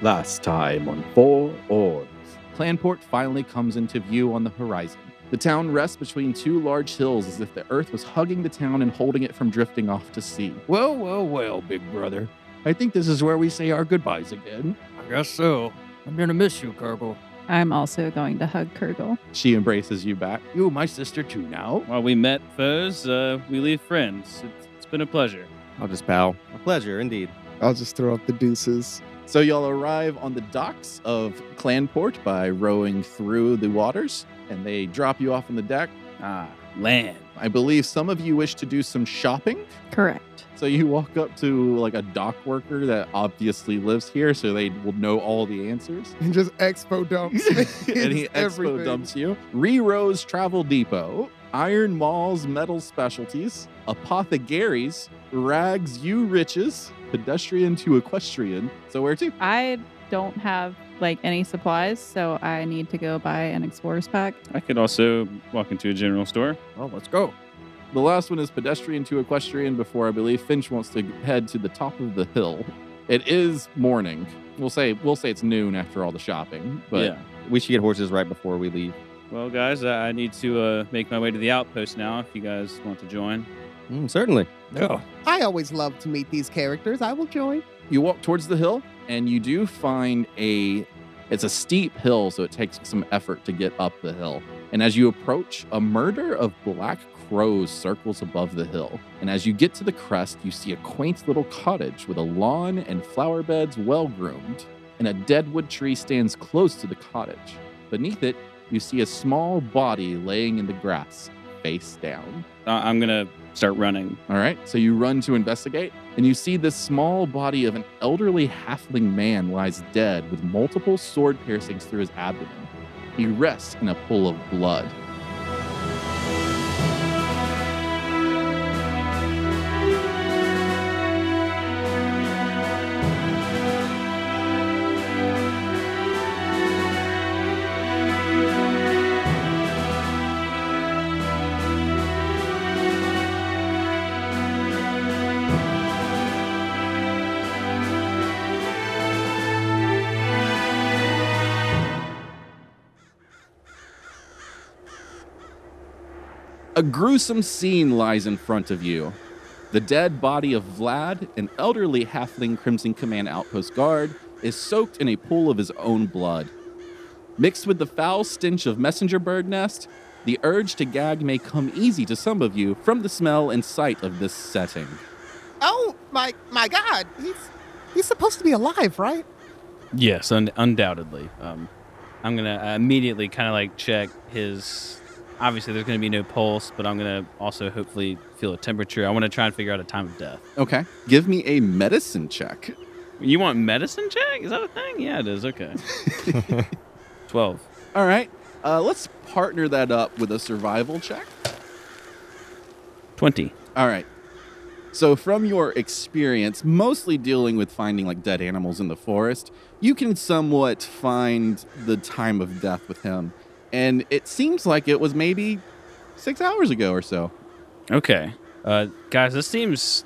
Last time on Four Oars. Clanport finally comes into view on the horizon. The town rests between two large hills as if the earth was hugging the town and holding it from drifting off to sea. Well, well, well, big brother. I think this is where we say our goodbyes again. I guess so. I'm gonna miss you, Carbo. I'm also going to hug Kurgle. She embraces you back. You, my sister, too, now. While we met foes, uh, we leave friends. It's, it's been a pleasure. I'll just bow. A pleasure, indeed. I'll just throw out the deuces. So y'all arrive on the docks of Clanport by rowing through the waters, and they drop you off on the deck. Ah, land. I believe some of you wish to do some shopping. Correct. So you walk up to like a dock worker that obviously lives here, so they will know all the answers. And just expo dumps. and he expo dumps you. Rerose Travel Depot, Iron Mall's Metal Specialties, Apothecaries, Rags You Riches, Pedestrian to Equestrian. So where to? I don't have like any supplies, so I need to go buy an explorer's pack. I could also walk into a general store. Well, let's go. The last one is pedestrian to equestrian before I believe Finch wants to head to the top of the hill. It is morning. We'll say we'll say it's noon after all the shopping, but yeah. We should get horses right before we leave. Well, guys, I I need to uh, make my way to the outpost now. If you guys want to join, Hmm, Mm, certainly. No. I always love to meet these characters. I will join. you walk towards the hill and you do find a it's a steep hill so it takes some effort to get up the hill and as you approach a murder of black crows circles above the hill and as you get to the crest you see a quaint little cottage with a lawn and flower beds well groomed and a deadwood tree stands close to the cottage beneath it you see a small body laying in the grass face down I- I'm gonna start running. all right, so you run to investigate, and you see this small body of an elderly halfling man lies dead with multiple sword piercings through his abdomen. He rests in a pool of blood. A gruesome scene lies in front of you. The dead body of Vlad, an elderly halfling Crimson Command outpost guard, is soaked in a pool of his own blood. Mixed with the foul stench of messenger bird nest, the urge to gag may come easy to some of you from the smell and sight of this setting. Oh my my God! He's he's supposed to be alive, right? Yes, un- undoubtedly. Um, I'm gonna uh, immediately kind of like check his. Obviously, there's gonna be no pulse, but I'm gonna also hopefully feel a temperature. I want to try and figure out a time of death. Okay. Give me a medicine check. You want medicine check? Is that a thing? Yeah, it is. Okay. Twelve. All right. Uh, let's partner that up with a survival check. 20. All right. So, from your experience, mostly dealing with finding like dead animals in the forest, you can somewhat find the time of death with him. And it seems like it was maybe six hours ago or so. Okay. Uh, guys, this seems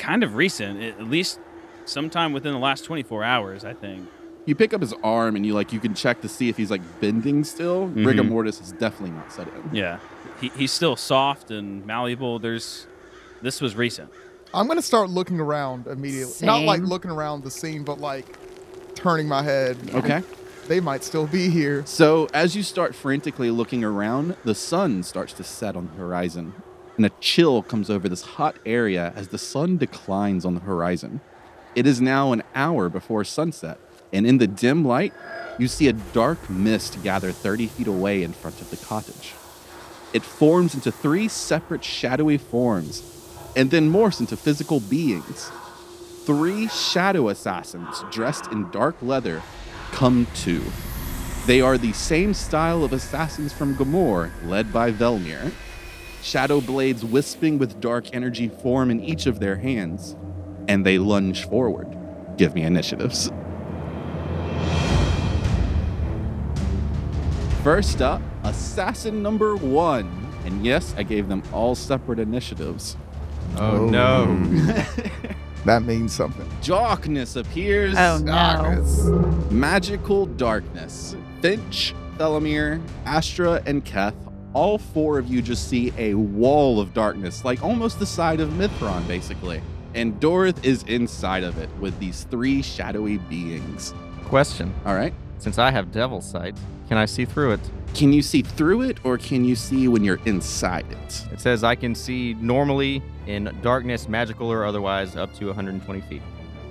kind of recent, at at least sometime within the last 24 hours, I think. You pick up his arm and you like you can check to see if he's like bending still. Mm-hmm. Mhm. Rigor mortis is definitely not set in. Yeah. He, he's still soft and malleable. There's. This was recent. I'm gonna start looking around immediately. Not like Same. looking around the scene, but like turning my head. Okay. They might still be here. So, as you start frantically looking around, the sun starts to set on the horizon, and a chill comes over this hot area as the sun declines on the horizon. It is now an hour before sunset, and in the dim light, you see a dark mist gather 30 feet away in front of the cottage. It forms into three separate shadowy forms, and then morphs into physical beings. Three shadow assassins dressed in dark leather come to. They are the same style of assassins from Gamor, led by Velmir. Shadow blades wisping with dark energy form in each of their hands, and they lunge forward. Give me initiatives. First up, assassin number one. Oh, And yes, I gave them all separate initiatives. Oh, no. That means something. Darkness appears. Oh no. Darkness. Magical darkness. Finch, Thelamir, Astra, and Keth, all four of you just see a wall of darkness, like almost the side of Mithron, basically. And Doroth is inside of it with these three shadowy beings. Question: All right. Since I have devil's sight, can I see through it? Can you see through it or can you see when you're inside it? It says I can see normally in darkness, magical or otherwise, up to 120 feet.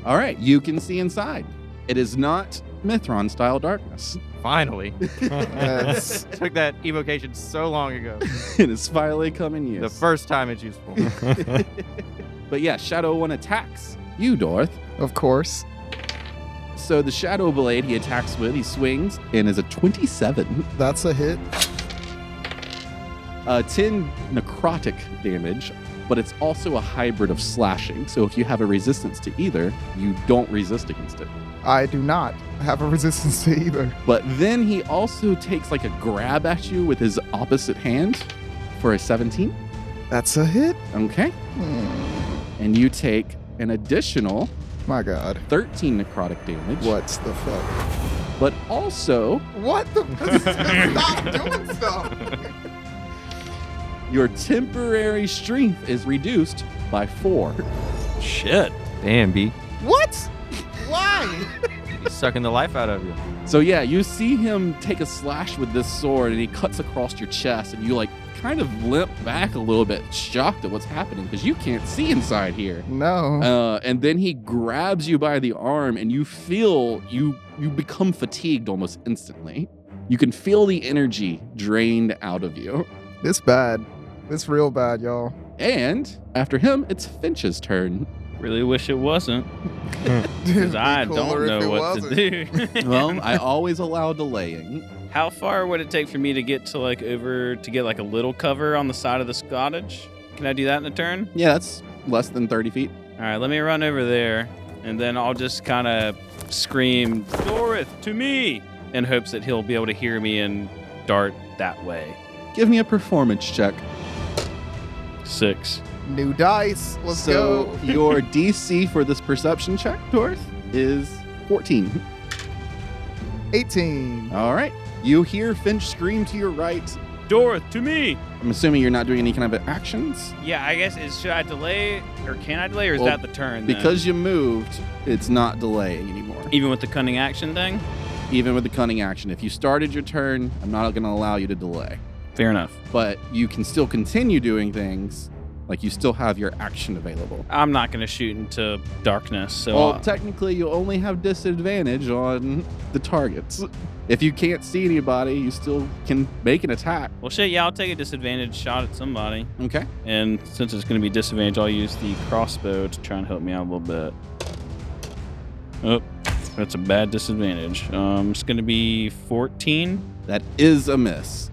All right. You can see inside. It is not Mithron style darkness. Finally, Yes. took that evocation so long ago. it is finally coming you. The first time it's useful. but yeah, Shadow One attacks you, Doroth. of course. So the Shadow Blade he attacks with, he swings and is a 27. That's a hit. Uh, 10 necrotic damage, but it's also a hybrid of slashing. So if you have a resistance to either, you don't resist against it. I do not have a resistance to either. But then he also takes like a grab at you with his opposite hand for a 17. That's a hit? Okay. And you take an additional My god. 13 necrotic damage. What's the fuck? But also, What the Stop doing stuff. your temporary strength is reduced by four. Shit. Damn, B, What? Why? he's sucking the life out of you. So yeah, you see him take a slash with this sword, and he cuts across your chest, and you like kind of limp back a little bit, shocked at what's happening because you can't see inside here. No. Uh, and then he grabs you by the arm, and you feel you you become fatigued almost instantly. You can feel the energy drained out of you. It's bad. It's real bad, y'all. And after him, it's Finch's turn. Really wish it wasn't, It'd because be I cooler don't if know it what wasn't. to do. Well, I always allow delaying. How far would it take for me to get to like over to get like a little cover on the side of this cottage? Can I do that in a turn? Yeah, that's less than thirty feet. All right, let me run over there, and then I'll just kind of scream, "Dorith, to me!" in hopes that he'll be able to hear me and dart that way. Give me a performance check. Six. New dice. Let's so go. your DC for this perception check, Dorth, is 14. 18. All right. You hear Finch scream to your right. Dorith, to me. I'm assuming you're not doing any kind of actions. Yeah, I guess is should I delay or can I delay or is Well, that the turn? then? Because you moved, it's not delaying anymore. even with the cunning action thing. Even with the cunning action. If you started your turn, I'm not going to allow you to delay. Fair enough. But you can still continue doing things. Like you still have your action available. I'm not gonna shoot into darkness. So uh, Well, I'll- technically, you only have disadvantage on the targets. If you can't see anybody, you still can make an attack. well, shit. Yeah, I'll take a disadvantage shot at somebody. Okay. And since it's gonna be disadvantage, I'll use the crossbow to try and help me out a little bit. Oh, that's a bad disadvantage. Um, it's gonna be 14. That is a miss.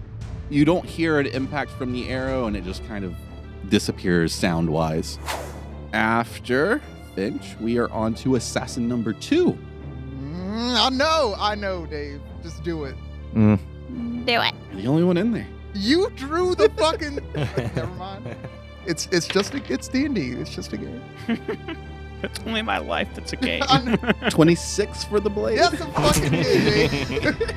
You don't hear an impact from the arrow, and it just kind of disappears sound wise. After Finch, we are on to assassin number two. Mm, I know. I know, Dave. Just do it. Do it. You're the only one in there. You drew the fucking. Never mind. It's it's just a, it's D and D. It's just a game. That's only my life. That's a game. I know. 26 for the blade. That's a fucking game. Dave.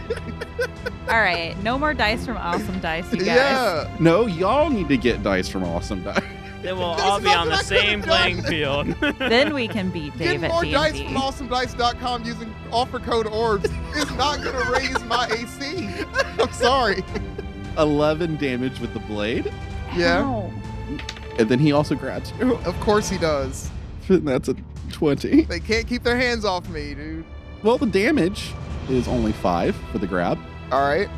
All right. No more dice from Awesome Dice, you guys. Yeah. No, y'all need to get dice from Awesome Dice. then we'll There's all be on the nothing I could've same done. playing field. Then we can beat Dave Getting at more D&D. dice from awesomedice.com using offer code orbs is not gonna raise my AC. I'm sorry. 11 damage with the blade. Yeah. Ow. And then he also grabs you. Of course he does. And that's a 20. They can't keep their hands off me, dude. Well, the damage is only 5 for the grab, All right.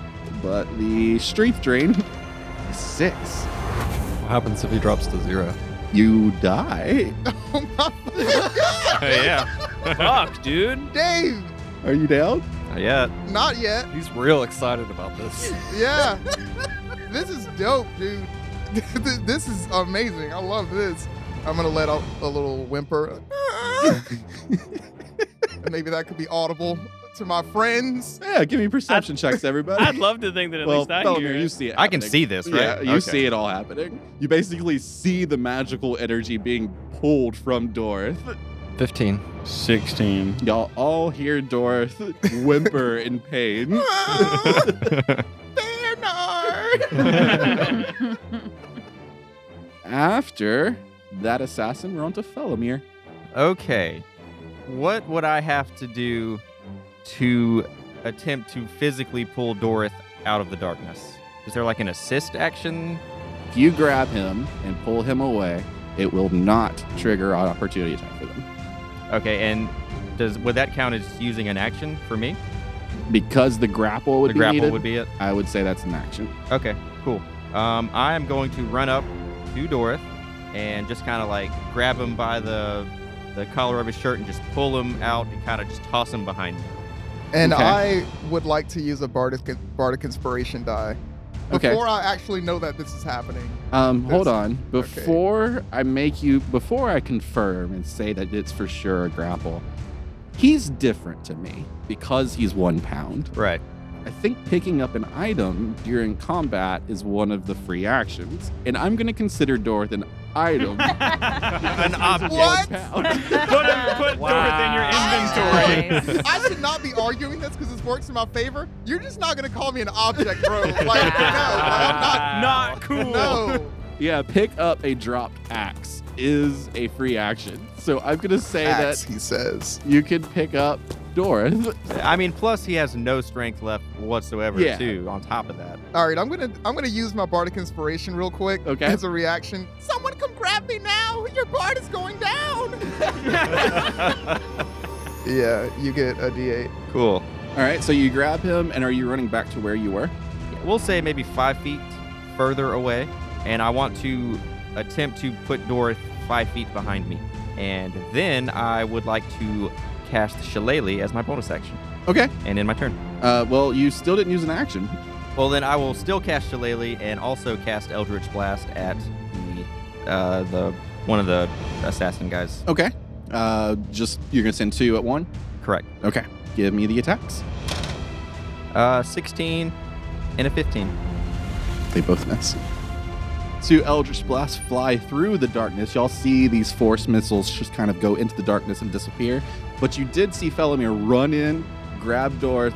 but the strength drain is 6. What happens if he drops to zero? You die. Oh my Oh, yeah. Fuck, dude. Dave, Are you down? yeah. not yet. He's real excited about this. Yeah. this is dope, dude. Th- this is amazing. I love this. I'm gonna let out a little whimper. And Maybe that could be audible to my friends. Yeah, give me perception checks, everybody. I'd love to think that at well, least I Felomir, hear you it. see it. I can happening. see this, right? Yeah, you Okay. see it all happening. You basically see the magical energy being pulled from Dorth. 15. 16. Y'all all hear Dorth whimper in pain. Bernard! After that assassin, we're on to Felomir. Okay. What would I have to do to attempt to physically pull Dorith out of the darkness? Is there like an assist action? If you grab him and pull him away, it will not trigger an opportunity attack for them. Okay, and does would that count as using an action for me? Because the grapple would the be grapple needed, would be it. I would say that's an action. Okay, cool. Um, I am going to run up to Dorith and just kind of like grab him by the the collar of his shirt and just pull him out and kind of just toss him behind me. And Okay. I would like to use a bardic, bardic inspiration die Okay. before I actually know that this is happening. Um, hold That's- on. Before I make you, before I confirm and say that it's for sure a grapple, he's different to me because he's one pound. Right. I think picking up an item during combat is one of the free actions, and I'm going to consider Dorth an item. An object. What? put Dorth in your inventory. I should not be arguing this because this works in my favor. You're just not gonna call me an object, bro. Like, no, I'm Not cool. not. No. yeah, pick up a dropped axe is a free action. So I'm going to say Axe, he says. that you can pick up Dorth. I mean, plus he has no strength left whatsoever, Yeah. too, on top of that. All right, I'm gonna I'm gonna use my bardic inspiration real quick Okay. as a reaction. Someone come grab me now! Your bard is going down. yeah, you get a D8. Cool. All right, so you grab him, and are you running back to where you were? We'll say maybe five feet further away, and I want to attempt to put Dorith five feet behind me. And then I would like to cast Shillelagh as my bonus action, Okay. and in my turn. Uh, well, you still didn't use an action. Well, then I will still cast Shillelagh and also cast Eldritch Blast at the, uh, the one of the assassin guys. Okay. Uh, just you're gonna send two at one. Correct. Okay. Give me the attacks. Uh, 16 and a 15. They both miss. Two Eldritch Blasts fly through the darkness. Y'all see these force missiles just kind of go into the darkness and disappear. But you did see Felomir run in, grab Dorth,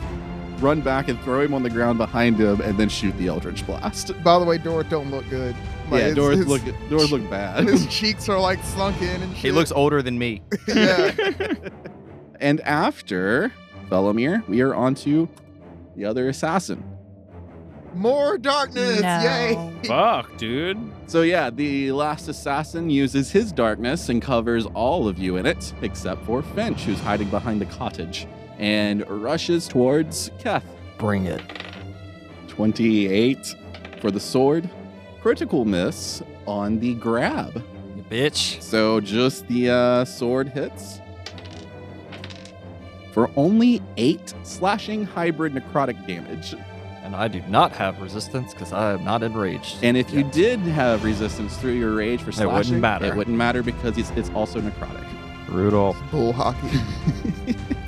run back and throw him on the ground behind him, and then shoot the Eldritch Blast. By the way, Dorth don't look good. Like, yeah, his- Dorth his- look Dorth look bad. His cheeks are like slunk in and shit. He looks older than me. Yeah. And after Felomir, we are on to the other assassin. More darkness. No. Yay. Fuck, dude. So yeah, the last assassin uses his darkness and covers all of you in it, except for Finch, who's hiding behind the cottage, and rushes towards Keth. Bring it. 28 for the sword. Critical miss on the grab. You bitch. So just the uh, sword hits. For only eight slashing hybrid necrotic damage. And I do not have resistance because I am not enraged. And if you Yes. did have resistance through your rage for It slashing, wouldn't matter. It wouldn't matter because it's, it's also necrotic. Rudolph. Bull hockey.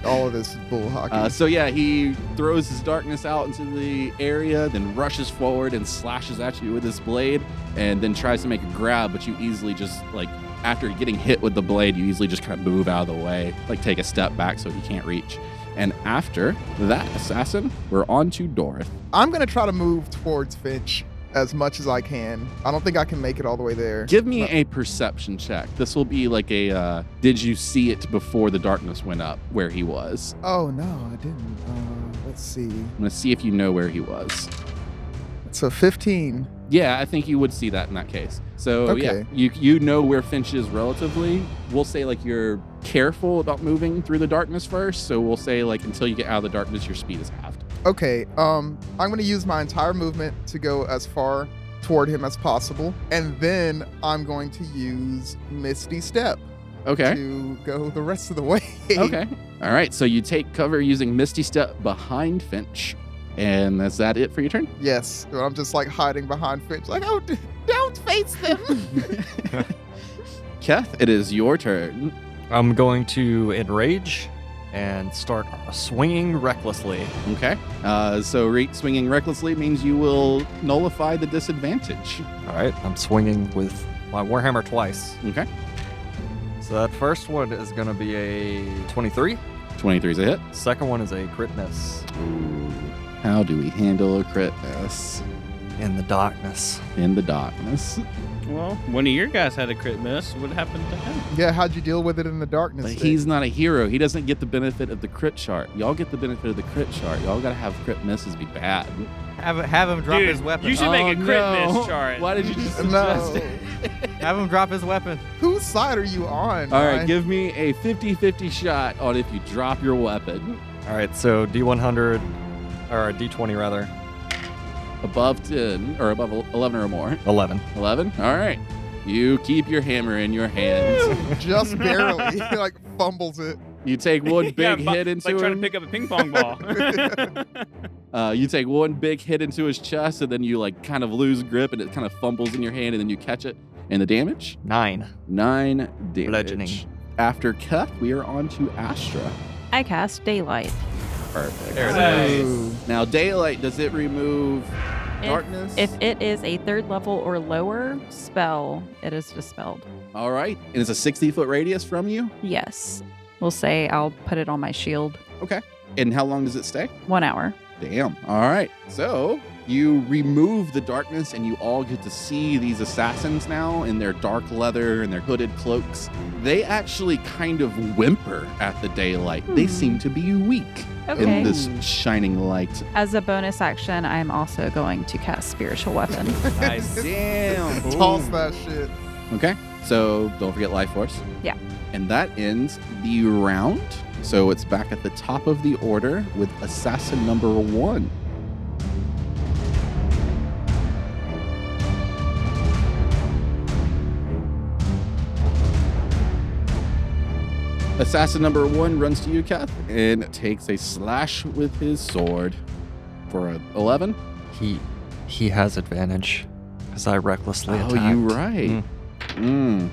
All of this is bull hockey. Uh, so yeah, he throws his darkness out into the area, then rushes forward and slashes at you with his blade, and then tries to make a grab, but you easily just like after getting hit with the blade, you easily just kind of move out of the way, like take a step back so he can't reach. And after that assassin, we're on to Dorth. I'm gonna try to move towards Finch as much as I can. I don't think I can make it all the way there. Give me a perception check. This will be like a uh, did you see it before the darkness went up where he was? Oh no, I didn't. Uh, let's see. I'm gonna see if you know where he was. So 15. Yeah, I think you would see that in that case. So yeah, Okay. you you know where Finch is relatively. We'll say like you're careful about moving through the darkness first. So we'll say like until you get out of the darkness, your speed is halved. Okay. Um, I'm gonna use my entire movement to go as far toward him as possible, and then I'm going to use Misty Step Okay. to go the rest of the way. Okay. All right. So you take cover using Misty Step behind Finch, and is that it for your turn? Yes, but I'm just like hiding behind Finch, like, oh, d- don't face them. Keth, it is your turn. I'm going to enrage and start swinging recklessly. Okay. Uh, so re- swinging recklessly means you will nullify the disadvantage. All right, I'm swinging with my warhammer twice. Okay. So that first one is going to be a 23. 23 is a hit. Second one is a crit miss Ooh. How do we handle a crit miss in the darkness. in the darkness? Well, one of your guys had a crit miss. What happened to him? Yeah, how'd you deal with it in the darkness? But Vic? he's not a hero. He doesn't get the benefit of the crit chart. Y'all get the benefit of the crit chart. Y'all gotta have crit misses be bad. Have have him drop his weapon. You should make a Oh, crit no. miss chart. Why did you just suggest no. it? have him drop his weapon. Whose side are you on? All right, guy? give me a 50-50 shot on if you drop your weapon All right, so D100, or a D20 rather, above 10 or above 11 or more. 11. 11? All right. You keep your hammer in your hands. Just barely. he like fumbles it. You take one big Yeah, bu- hit into like trying to him. pick up a ping pong ball. Uh, you take one big hit into his chest, and then you like kind of lose grip, and it kind of fumbles in your hand, and then you catch it. And the damage? Nine. Nine damage. Bludgeoning. After cut, we are on to Astra. I cast daylight. Perfect. There it is. Now, daylight does it remove darkness? If it is a third level or lower spell, it is dispelled. All right, and it's a sixty foot radius from you. Yes. We'll say I'll put it on my shield. And how long does it stay? One hour. Damn. All right. So you remove the darkness, and you all get to see these assassins now in their dark leather and their hooded cloaks. They actually kind of whimper at the daylight. They Hmm. seem to be weak Okay. in this shining light. As a bonus action, I'm also going to cast spiritual weapon. nice. Damn. Toss that shit. Okay. So don't forget life force. Yeah. And that ends the round. So it's back at the top of the order with assassin number one. Assassin number one runs to you, Kath, and takes a slash with his sword for a 11. He he has advantage because I recklessly Oh, attacked. you right. Mm.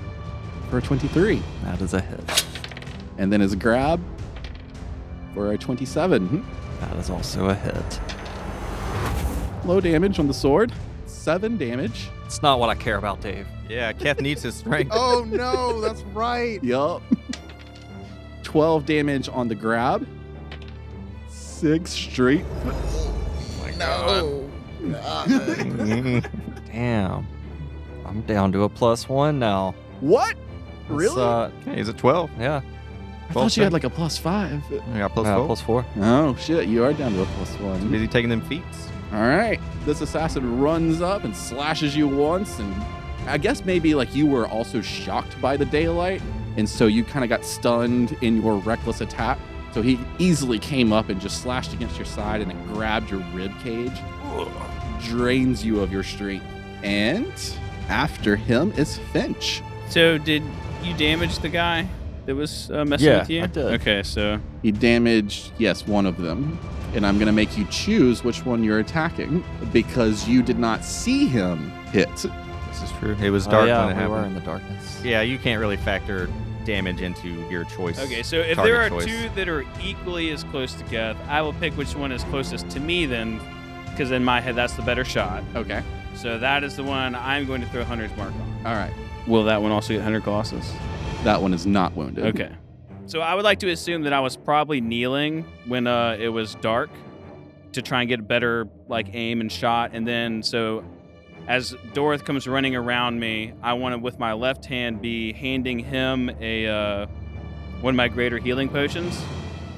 For a 23. That is a hit. and then his grab for a Hmm. 27. That is also a hit. Low damage on the sword, seven damage. It's not what I care about, Dave. Yeah, Keth needs his strength. Oh no, that's right. Yup. 12 damage on the grab, six straight. No. Damn. I'm down to a plus one now. What? It's, Really? uh, Okay, he's a 12. yeah. I thought you had like a plus five. I got plus Uh, 12. plus four. Oh, shit. You are down to a plus one. Busy taking them feats. All right. This assassin runs up and slashes you once. And I guess maybe like you were also shocked by the daylight. And so you kind of got stunned in your reckless attack. So he easily came up and just slashed against your side and it grabbed your rib cage, drains you of your strength. And after him is Finch. So did you damage the guy that was uh, messing Yeah, with you? I did. Okay, so He damaged, yes, one of them. And I'm going to make you choose which one you're attacking because you did not see him hit. This is true. It was dark oh, yeah, when it we were happened. in the darkness. Yeah, you can't really factor damage into your choice. okay, so if Target there are choice. two that are equally as close to Geth, I will pick which one is closest to me then, because in my head that's the better shot. Okay. So that is the one I'm going to throw Hunter's Mark on. All right. Will that one also get Hunter Colossus? That one is not wounded. Okay. So I would like to assume that I was probably kneeling when uh, it was dark to try and get a better like aim and shot, and then so as Doroth comes running around me, I want to with my left hand be handing him a uh, one of my greater healing potions,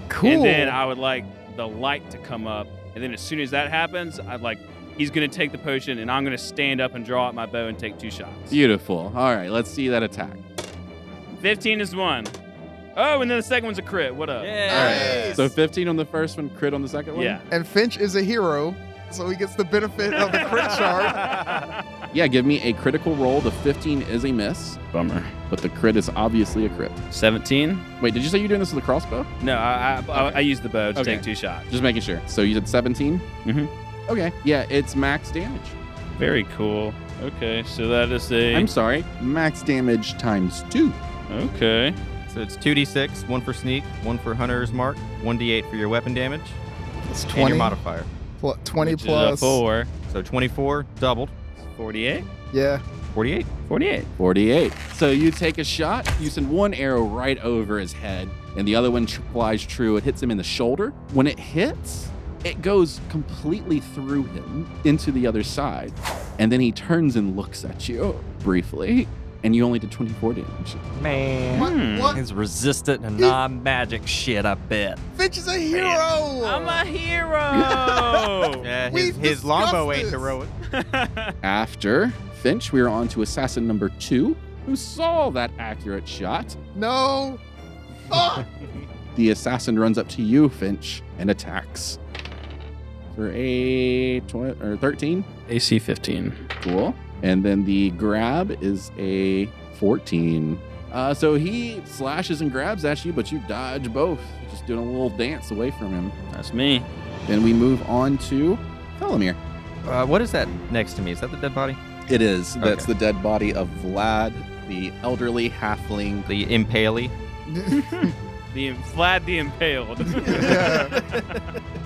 Cool. and then I would like the light to come up, and then as soon as that happens, I'd like he's gonna take the potion, and I'm gonna stand up and draw out my bow and take two shots. Beautiful. All right, let's see that attack. 15 is one. Oh, and then the second one's a crit. What up? Nice. So 15 on the first one, crit on the second one? Yeah. and Finch is a hero, so he gets the benefit of the crit chart. Yeah, give me a critical roll. The 15 is a miss, Bummer. but the crit is obviously a crit. 17? Wait, did you say you're doing this with a crossbow? No, I, I, I, I used the bow to Okay. take two shots. Just making sure. So you did 17? Mhm. Okay. Yeah, it's max damage. Very cool. Okay, so that is a. I'm sorry. Max damage times two. okay. So it's 2d6, one for sneak, one for hunter's mark, 1d8 for your weapon damage, It's and your 20, modifier. pl- 20 Which is a plus. four. So 24 doubled. 48? Yeah. 48. 48. 48. So you take a shot, you send one arrow right over his head, and the other one tr- flies true. It hits him in the shoulder. When it hits, it goes completely through him into the other side. And then he turns and looks at you briefly, and you only did 24 damage. Hmm. Man. What? He's resistant to non magic shit, I bet. Fitch is a hero. I'm a hero. Yeah, his, We've his longbow discussed ain't this. heroic. After Finch, we are on to assassin number two, who saw that accurate shot. no. Ah! Fuck. The assassin runs up to you, Finch, and attacks. For a 20, or 13. AC 15. Cool. And then the grab is a 14. Uh, so he slashes and grabs at you, but you dodge both, just doing a little dance away from him. That's me. Then we move on to Felomir. Uh, what is that next to me? Is that the dead body? It is. That's the dead body of Vlad, the elderly halfling. The impalee? The Vlad the Impaled.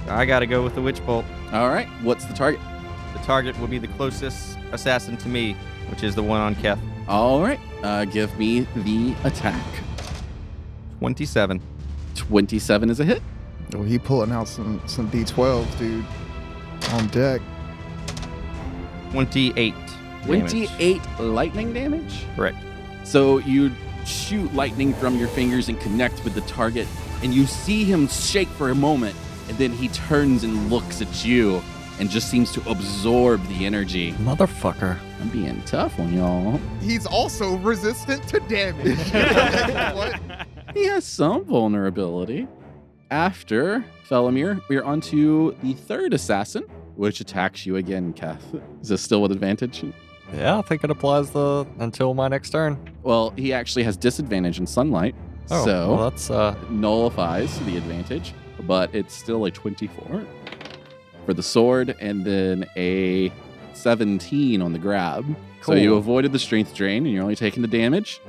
I gotta go with the witch bolt. All right. What's the target? The target will be the closest assassin to me, which is the one on Keth. All right. Uh, give me the attack. 27. 27 is a hit. Oh, he pulling out some some d12s, dude. On deck. 28. damage. 28 lightning damage. Correct. So you shoot lightning from your fingers and connect with the target, and you see him shake for a moment, and then he turns and looks at you and just seems to absorb the energy. Motherfucker. I'm being tough on y'all. He's also resistant to damage. Like, what? He has some vulnerability. After Felomir, we are on to the third assassin, which attacks you again, Kath. Is this still with advantage? Yeah, I think it applies the until my next turn. Well, he actually has disadvantage in sunlight. Oh, so well, that's uh, nullifies the advantage, but it's still a 24 for the sword and then a 17 on the grab. So you Cool. avoided the strength drain and you're only taking the damage.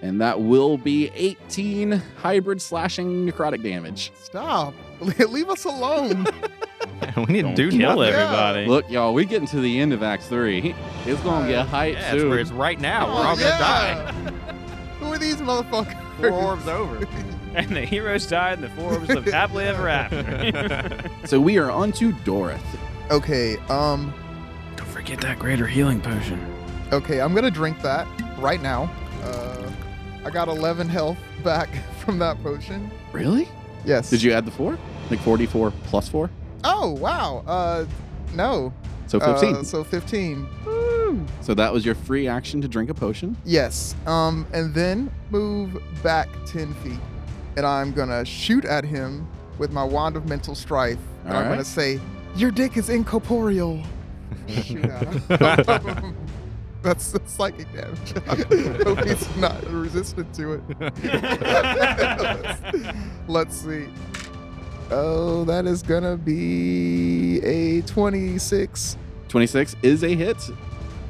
And that will be 18 hybrid slashing necrotic damage. Stop. Leave us alone. we need to Don't do kill nothing. everybody. Look, y'all, we're getting to the end of Act 3. It's going to get hype Yeah, that's soon. where it's right now. Oh, We're all yeah. gonna die. Who are these motherfuckers? Four orbs over. And the heroes died, and the four of us lived happily ever after. So we are on to Dorith. Okay, um, Don't forget that greater healing potion. okay, I'm gonna drink that right now. Uh, I got 11 health back from that potion. Really? Yes. Did you add the 4? Like 44 plus 4? Oh wow. Uh, no. So Uh, 15. so 15. So that was your free action to drink a potion. Yes. Um, and then move back 10 feet, and I'm gonna shoot at him with my wand of mental strife, and I'm Alright. gonna say, "Your dick is incorporeal." shoot at him. That's, that's psychic damage. Hope he's not resistant to it. let's, let's see. Oh, that is gonna be a 26, 26 is a hit.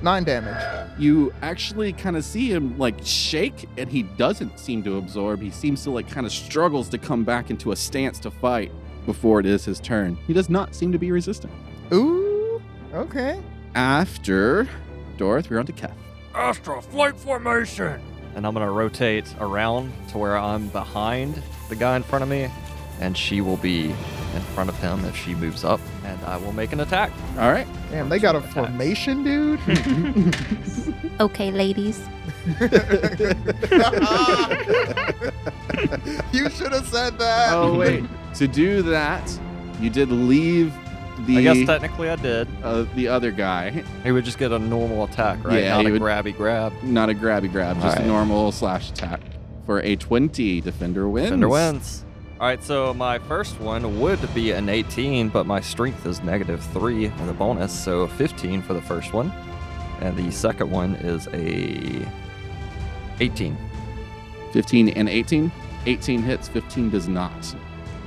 nine damage. You actually kind of see him like shake, and he doesn't seem to absorb. He seems to like kind of struggles to come back into a stance to fight before it is his turn. He does not seem to be resistant. Ooh, okay. After Doroth, we're on to Keth. Astra flight formation. And I'm gonna rotate around to where I'm behind the guy in front of me, and she will be in front of him if she moves up, and I will make an attack. All right. Damn, they got a formation, dude. Okay, ladies. you should have said that. Oh wait. to do that, you did leave the I guess technically I did. uh, the other guy, He would just get a normal attack, right? Yeah, Not he a would- grabby grab. not a grabby grab, just a Alright. normal slash attack for a 20. Defender wins. Defender wins. All right, so my first one would be an 18, but my strength is negative three as a bonus, so 15 for the first one, and the second one is a 18. 15 and 18. 18 hits, 15 does not.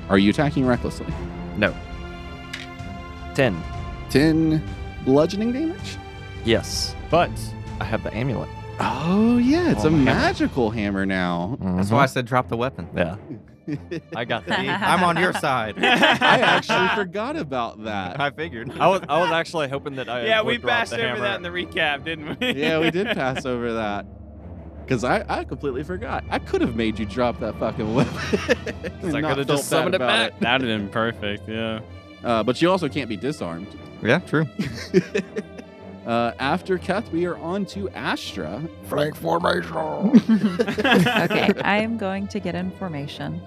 Are you attacking recklessly? 10. 10 bludgeoning damage? Yes, but I have the amulet. Oh, yeah, it's Oh, a my hammer. magical hammer now. Mm-hmm. That's why I said drop the weapon. Yeah. I got See, that. I'm on your side. I actually forgot about that. I figured. I was I was actually hoping that I yeah, we would drop bashed the over that in hammer. the recap, didn't we? yeah, we did pass over that. Because I, I completely forgot. I could have made you drop that fucking weapon. I Not could have just felt bad summoned it about back. That would have been perfect, yeah. Uh, but you also can't be disarmed. Yeah, true. Uh, after Keth, we are on to Astra. Flank formation. okay, I am going to get information.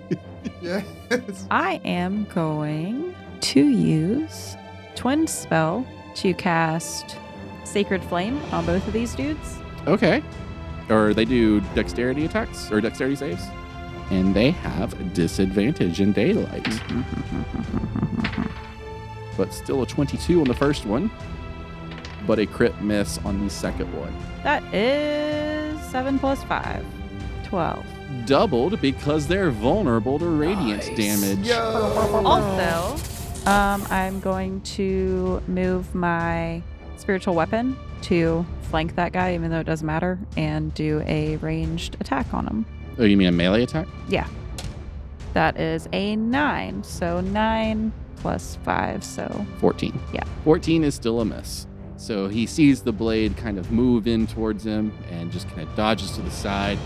yes. I am going to use Twin Spell to cast Sacred Flame on both of these dudes. Okay. Or they do dexterity attacks or dexterity saves. And they have disadvantage in daylight. but still a 22 on the first one. But a crit miss on the second one. That is 7 plus 5, 12. Doubled because they're vulnerable to radiant damage. Oh. Also, um, I'm going to move my spiritual weapon to flank that guy, even though it doesn't matter, and do a ranged attack on him. Oh, you mean a melee attack? Yeah. That is a nine. So nine plus five. So 14. Yeah. 14 is still a miss. So he sees the blade kind of move in towards him and just kind of dodges to the side.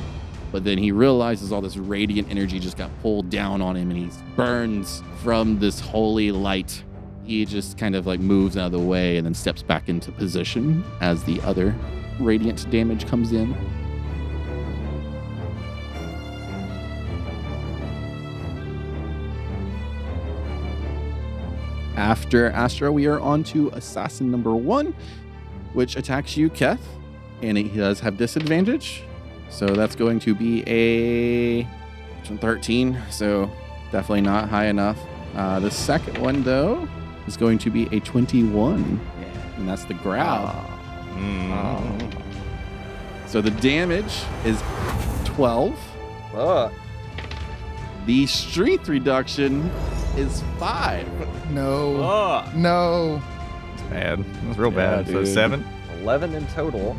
But then he realizes all this radiant energy just got pulled down on him and he burns from this holy light. He just kind of like moves out of the way and then steps back into position as the other radiant damage comes in. After Astra, we are on to Assassin number one, which attacks you, Keth, and he does have disadvantage. So that's going to be a 13, so definitely not high enough. Uh, the second one, though, is going to be a 21, and that's the growl. Mm, Oh, So the damage is 12. The strength reduction is 5. No. Ah, No. It's bad. It's real Yeah, bad. so dude. seven, Eleven in total,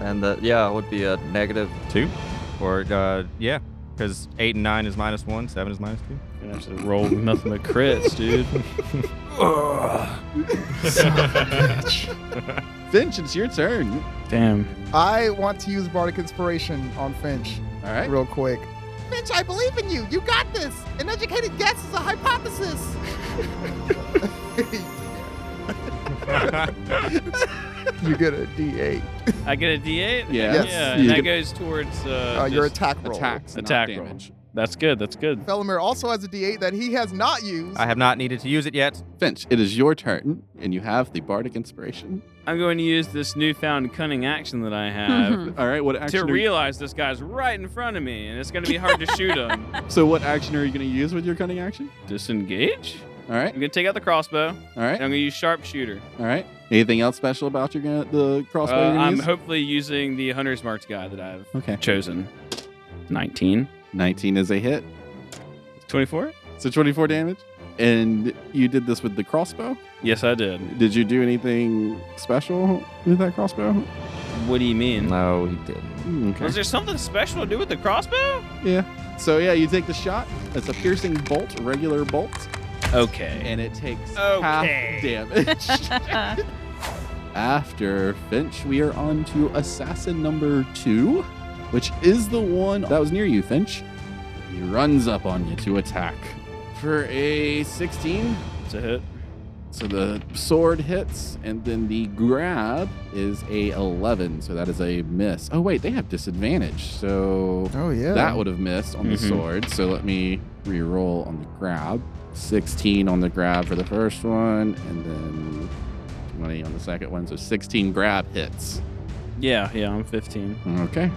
and that yeah it would be a negative two, or uh, yeah, because eight and nine is minus one, seven is minus two. Gonna have to roll nothing but crits, dude. Finch, it's your turn. Damn. I want to use Bardic Inspiration on Finch All right. real quick. Finch, I believe in you. You got this. An educated guess is a hypothesis. You get a D8. I get a D8? Yes. Yeah, You and that get- goes towards uh, Uh, your just attack roll. Attacks, not attack roll. damage. That's good. That's good. Felomir also has a D8 that he has not used. I have not needed to use it yet. Finch, it is your turn, and you have the Bardic Inspiration. I'm going to use this newfound cunning action that I have All right, what action? to are you- realize this guy's right in front of me, and it's going to be hard to shoot him. so, what action are you going to use with your cunning action? Disengage? All right, I'm going to take out the crossbow, and all right, I'm going to use sharpshooter. all right. Anything else special about your gonna, the Uh, crossbow? you're gonna I'm use? hopefully using the Hunter's Marked guy that I've okay. chosen. 19. 19 is a hit, 24? so 24 damage. And you did this with the crossbow. Yes, I did. Did you do anything special with that crossbow? What do you mean? No, he didn't. Hmm, Okay. Was there something special to do with the crossbow? So yeah, you take the shot. It's a piercing bolt, regular bolt, Okay. and it takes Okay. half damage. After Finch, we are on to assassin number two, which is the one that was near you, Finch. He runs up on you to attack for a 16. It's a hit. So the sword hits, and then the grab is a 11. So that is a miss. Oh wait, they have disadvantage. So Oh, yeah. that would have missed on the Mhm. sword. So let me re-roll on the grab. 16 on the grab for the first one, and then 20 on the second one. So 16 grab hits. Yeah, yeah, I'm 15. Okay.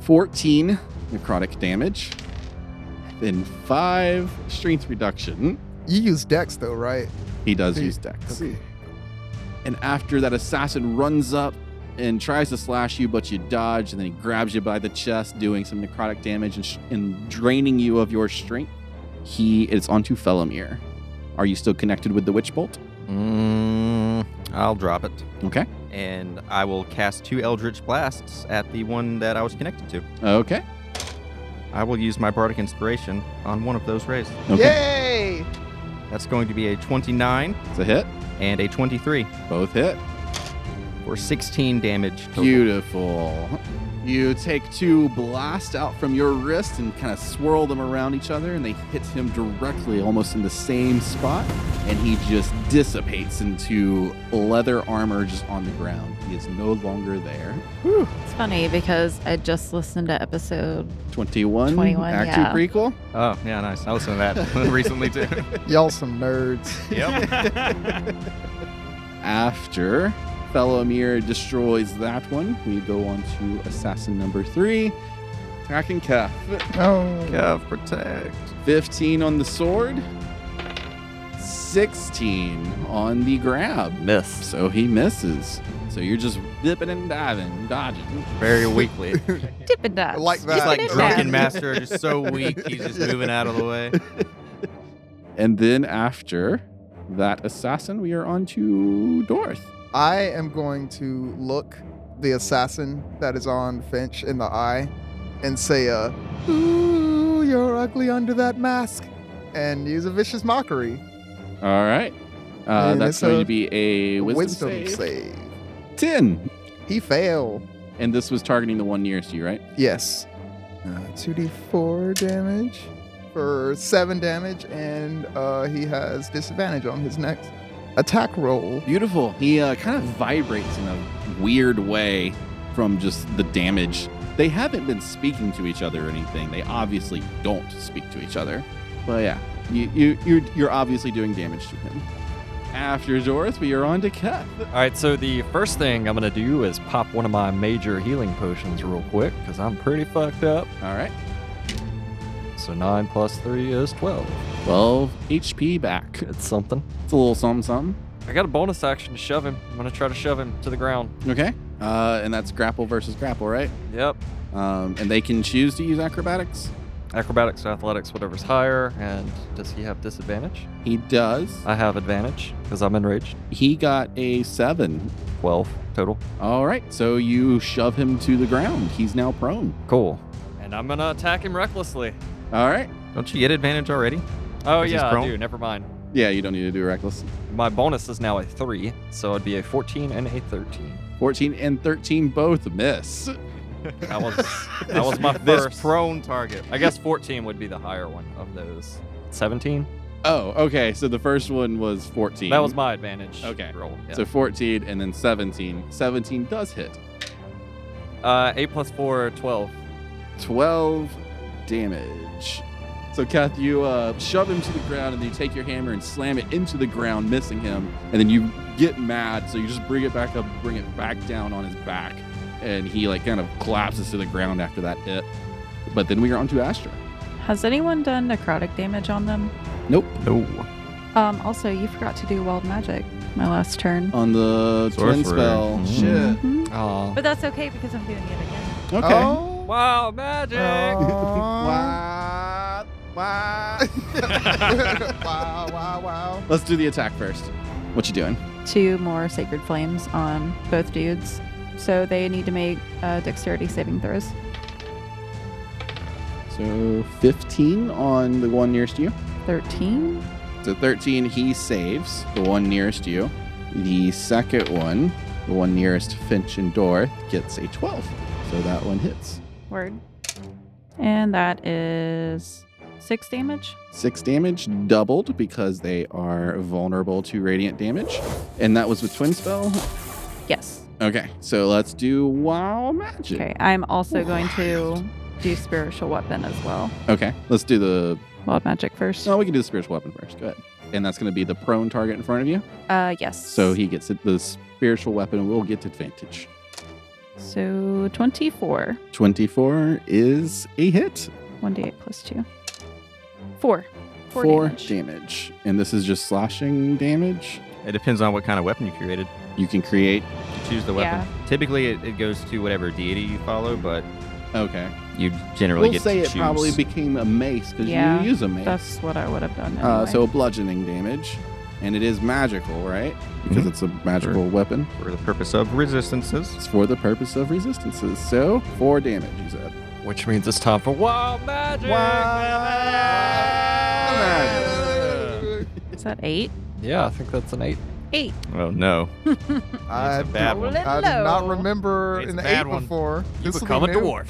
14 necrotic damage. Then five strength reduction. You use Dex though, right? He does He- use dex. Okay. And after that assassin runs up and tries to slash you, but you dodge, and then he grabs you by the chest, doing some necrotic damage and, sh- and draining you of your strength. He is onto Felomir. Are you still connected with the Witch Bolt? Mm, I'll drop it, Okay. and I will cast two Eldritch blasts at the one that I was connected to. Okay. I will use my bardic inspiration on one of those rays. Yay! That's going to be a 29. It's a hit. And a 23. Both hit. For 16 damage total. Beautiful. You take two blast out from your wrist and kind of swirl them around each other, and they hit him directly, almost in the same spot. And he just dissipates into leather armor just on the ground. He is no longer there. It's funny because I just listened to episode 21. 21, Act yeah. 2 prequel. Oh, yeah, nice. I listened to that recently, too. Y'all some nerds. After fellow Amir destroys that one, we go on to assassin number three, attacking Kef. Oh. Kev, protect. 15 on the sword, 16 on the grab. Miss. So he misses. So you're just dipping and diving, dodging. Very weakly. Dip and Dab. I like that. He's like Dip and drunken Dab. master, just so weak. He's just moving out of the way. And then after that assassin, we are on to Dorth. I am going to look the assassin that is on Finch in the eye and say, uh, Ooh, you're ugly under that mask. And use a vicious mockery. All right. Uh, And that's it's going a to be a wisdom, save. save. 10. He failed. And this was targeting the one nearest you, right? Yes. Uh, 2d4 damage for 7 damage, and uh, he has disadvantage on his next attack roll. Beautiful. He uh, kind of vibrates in a weird way from just the damage. They haven't been speaking to each other or anything. They obviously don't speak to each other. But yeah, you, you, you're, you're obviously doing damage to him. After Zorth, we are on to Keth. All right, so the first thing I'm going to do is pop one of my major healing potions real quick because I'm pretty fucked up. All right. So 9 plus 3 is 12. 12 HP back. It's something. It's a little something something. I got a bonus action to shove him. I'm going to try to shove him to the ground. Okay. Uh, and that's grapple versus grapple, right? Yep. Um, and they can choose to use acrobatics. Acrobatics, athletics, whatever's higher. And does he have disadvantage? He does. I have advantage because I'm enraged. He got a seven. 12 total. All right. So you shove him to the ground. He's now prone. Cool. And I'm going to attack him recklessly. All right. Don't you get advantage already? Oh, Is this yeah, I prone? do. Never mind. Yeah, you don't need to do reckless. My bonus is now a 3, so it'd be a 14 and a 13. 14 and 13 both miss. That was, that was my This first. prone target. I guess 14 would be the higher one of those. 17? Oh, okay. So the first one was 14. That was my advantage. Okay. Roll. yeah. So 14 and then 17. 17 does hit. uh, 8 plus 4, 12. 12 damage. So, Kath, you uh, shove him to the ground and then you take your hammer and slam it into the ground, missing him. And then you get mad. So, you just bring it back up, bring it back down on his back. And he, like, kind of collapses to the ground after that hit. But then we are on to Astra. Has anyone done necrotic damage on them? Nope. No. Um, also, you forgot to do wild magic my last turn. On the twin Sorcerer. spell. Mm-hmm. Mhm. Mhm. Oh. But that's okay because I'm doing it again. Shit. Okay. Oh. Wow, magic! Wow. Wah, wah. wow, wow, wow. Let's do the attack first. What you doing? Two more sacred flames on both dudes. So they need to make uh, dexterity saving throws. So 15 on the one nearest you. 13. So 13, he saves the one nearest you. The second one, the one nearest Finch and Dorth, gets a 12. So that one hits. Word. And that is six damage. Six damage, doubled because they are vulnerable to radiant damage. And that was with Twin Spell. Yes. Okay, so let's do Wow Magic. Okay. I'm also going to do spiritual weapon as well. Okay, let's do the. Wild magic first. No, we can do the spiritual weapon first. Go ahead. And that's going to be the prone target in front of you. Uh, yes. So he gets it. The spiritual weapon will get advantage. So 24. 24 is a hit. 1d8 plus 2. 4. 4, damage. And this is just slashing damage. It depends on what kind of weapon you created. You can create. You choose the weapon. Typically, it, it goes to whatever deity you follow, but Okay. you generally we'll get say to it choose. probably became a mace because Yeah, you use a mace. That's what I would have done. Anyway. uh, so bludgeoning damage. And it is magical, right? Mm-hmm. Because it's a magical weapon. for the purpose of resistances. It's for the purpose of resistances. So, four damage, you said. Which means it's time for wild magic. Is that eight? Yeah, I think that's an eight. Eight. Oh no. I, bad do- one. I did not remember It's an a bad eight one. before. You This'll be become a new. dwarf.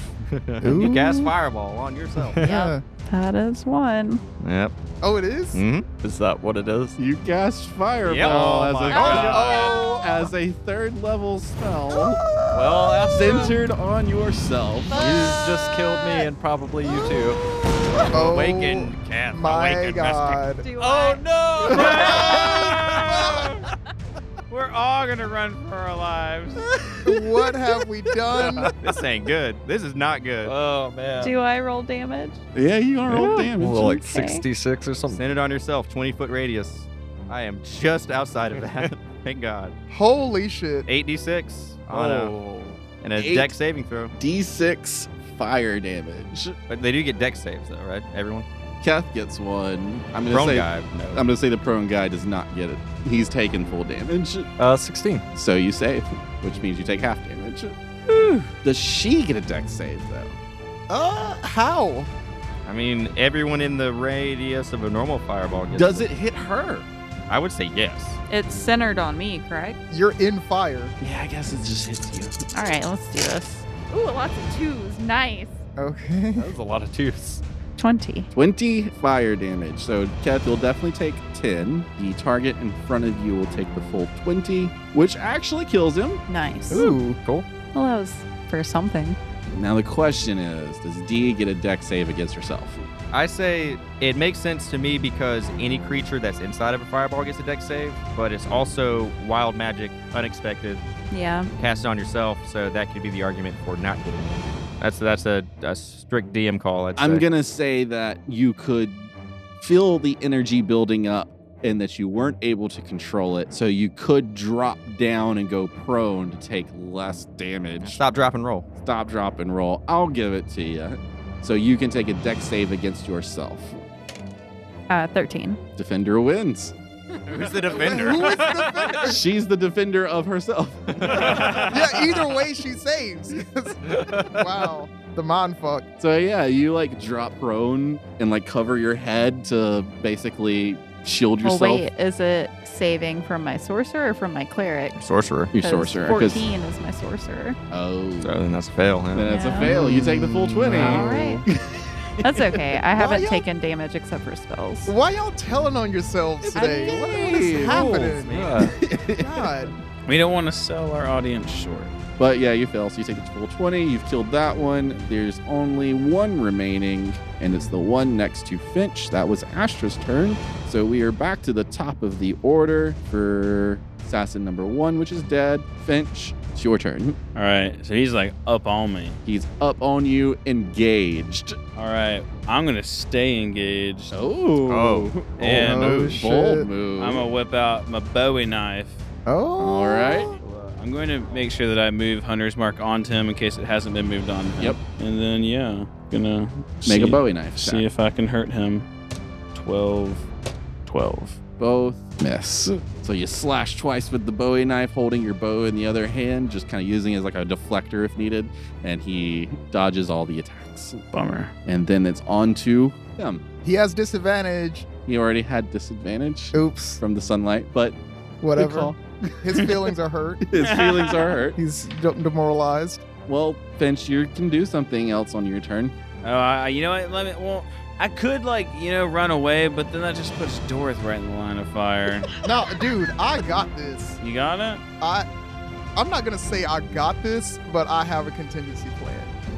you gas fireball on yourself. Yeah. That is one. Yep. Oh, it is? Mm-hmm. Is that what it is? You cast fireball Yep. Oh as, my a, God. as a third level spell Well, that's centered on yourself. You just killed me and probably you too. Oh, Awaken, cat. My awaken, God. Oh no! We're all gonna run for our lives. what have we done? mystic. This ain't good. This is not good. Oh man. Do I roll damage? Yeah, you are all damage. Well, like Okay. 66 or something. Send it on yourself. 20 foot radius. I am just outside of that. Thank God. Holy shit. 8d6 on Oh. a, and a Eight. deck saving throw. D6 fire damage. But they do get deck saves though, right? Everyone. Kath gets one. I'm gonna Prone say guy. No. I'm gonna say the prone guy does not get it. He's taken full damage. Uh, 16. So you save, which means you take half damage. Does she get a deck save though? Uh, how? I mean, everyone in the radius of a normal fireball gets. Does it hit her? I would say yes. It's centered on me, correct? You're in fire. Yeah, I guess it just hits you. All right, let's do this. Ooh, lots of twos. Nice. Okay. That was a lot of twos. 20. 20 fire damage. So, Kath, you'll definitely take 10. The target in front of you will take the full 20, which actually kills him. Nice. Ooh. Cool. Well, that was for something. Now, the question is Does D get a deck save against herself? I say it makes sense to me because any creature that's inside of a fireball gets a deck save, but it's also wild magic, unexpected, Yeah. cast it on yourself, so that could be the argument for not getting it. That's that's a, a strict DM call. I'd I'm say. going to say that you could feel the energy building up and that you weren't able to control it. So, you could drop down and go prone to take less damage. stop, drop, and roll. Stop, drop, and roll. I'll give it to you. So, you can take a deck save against yourself. Uh, 13. Defender wins. Who's the Who is the defender? She's the defender of herself. yeah, either way, she saves. wow. The mind fuck. so yeah, you like drop prone and like cover your head to basically shield Well, yourself. wait, is it saving from my sorcerer or from my cleric? Sorcerer. You 'Cause sorcerer. 'cause- 14 is my sorcerer. oh, So then that's a fail, huh? then it's Yeah. a fail. You take the full twenty. All right. That's okay. I haven't y'all- taken damage except for spells. Why y'all telling on yourselves today? What, what Hey, is happening? Yeah. God. We don't want to sell our audience short. But yeah, you fail. So you take the full twenty. You've killed that one. There's only one remaining, and it's the one next to Finch. That was Astra's turn. So we are back to the top of the order for assassin number one, which is dead. Finch, it's your turn. All right, so he's like up on me. He's up on you, engaged. All right, I'm gonna stay engaged. Oh. Oh. And Oh, bold shit. move. I'm gonna whip out my Bowie knife. Oh. All right. I'm going to make sure that I move Hunter's Mark onto him in case it hasn't been moved on. to him. Yep. And then yeah, gonna Make see- a Bowie knife. attack. See if I can hurt him. 12, 12. Both miss. So you slash twice with the Bowie knife, holding your bow in the other hand, just kind of using it as like a deflector if needed, and he dodges all the attacks. Bummer. And then it's on to him. He has disadvantage. He already had disadvantage Oops. from the sunlight, but good Whatever. call. His feelings are hurt. His feelings are hurt. He's de- demoralized. Well, Finch, you can do something else on your turn. Oh, I, you know what? Let me. Well, I could like you know run away, but then that just puts Dorothy right in the line of fire. No, dude, I got this. you got it? I, I'm not gonna say I got this, but I have a contingency plan.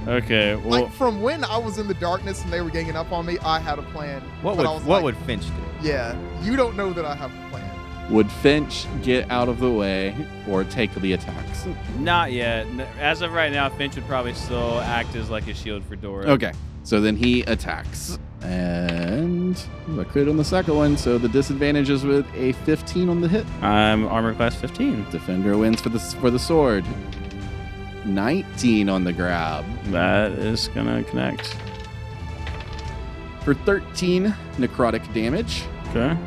Okay. Well, like from when I was in the darkness and they were ganging up on me, I had a plan. What but would I was what like, would Finch do? Yeah, you don't know that I have a plan. Would Finch get out of the way or take the attacks? not yet. N- As of right now, Finch would probably still act as like a shield for Dora. Okay. So then he attacks. And ooh, I crit on the second one. So the disadvantage is with a 15 on the hit. I'm armor class 15. Defender wins for the for the sword. 19 on the grab That is gonna connect. for 13 necrotic damage, Okay.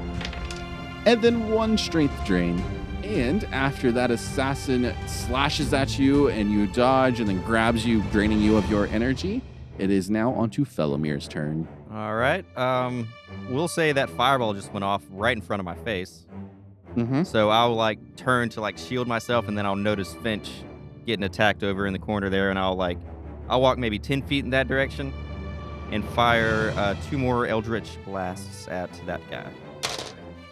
and then one strength drain. And after that, assassin slashes at you, and you dodge, and then grabs you, draining you of your energy. It is now onto Felomir's turn. All right. Um, we'll say that fireball just went off right in front of my face. Mm-hmm. So I'll like turn to like shield myself, and then I'll notice Finch getting attacked over in the corner there, and I'll like I'll walk maybe ten feet in that direction, and fire uh, two more Eldritch blasts at that guy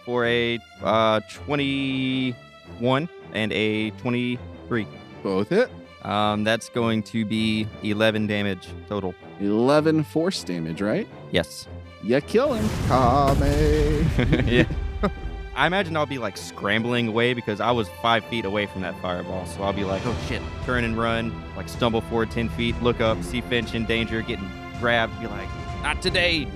for a uh, twenty-one and a twenty-three. Both hit. Um, that's going to be eleven damage total. 11 force damage, right? Yes. You kill him. Kame. yeah. I imagine I'll be like scrambling away because I was five feet away from that fireball. So I'll be like, oh shit, turn and run, like stumble forward 10 feet, look up, see Finch in danger, getting grabbed, be like, not today.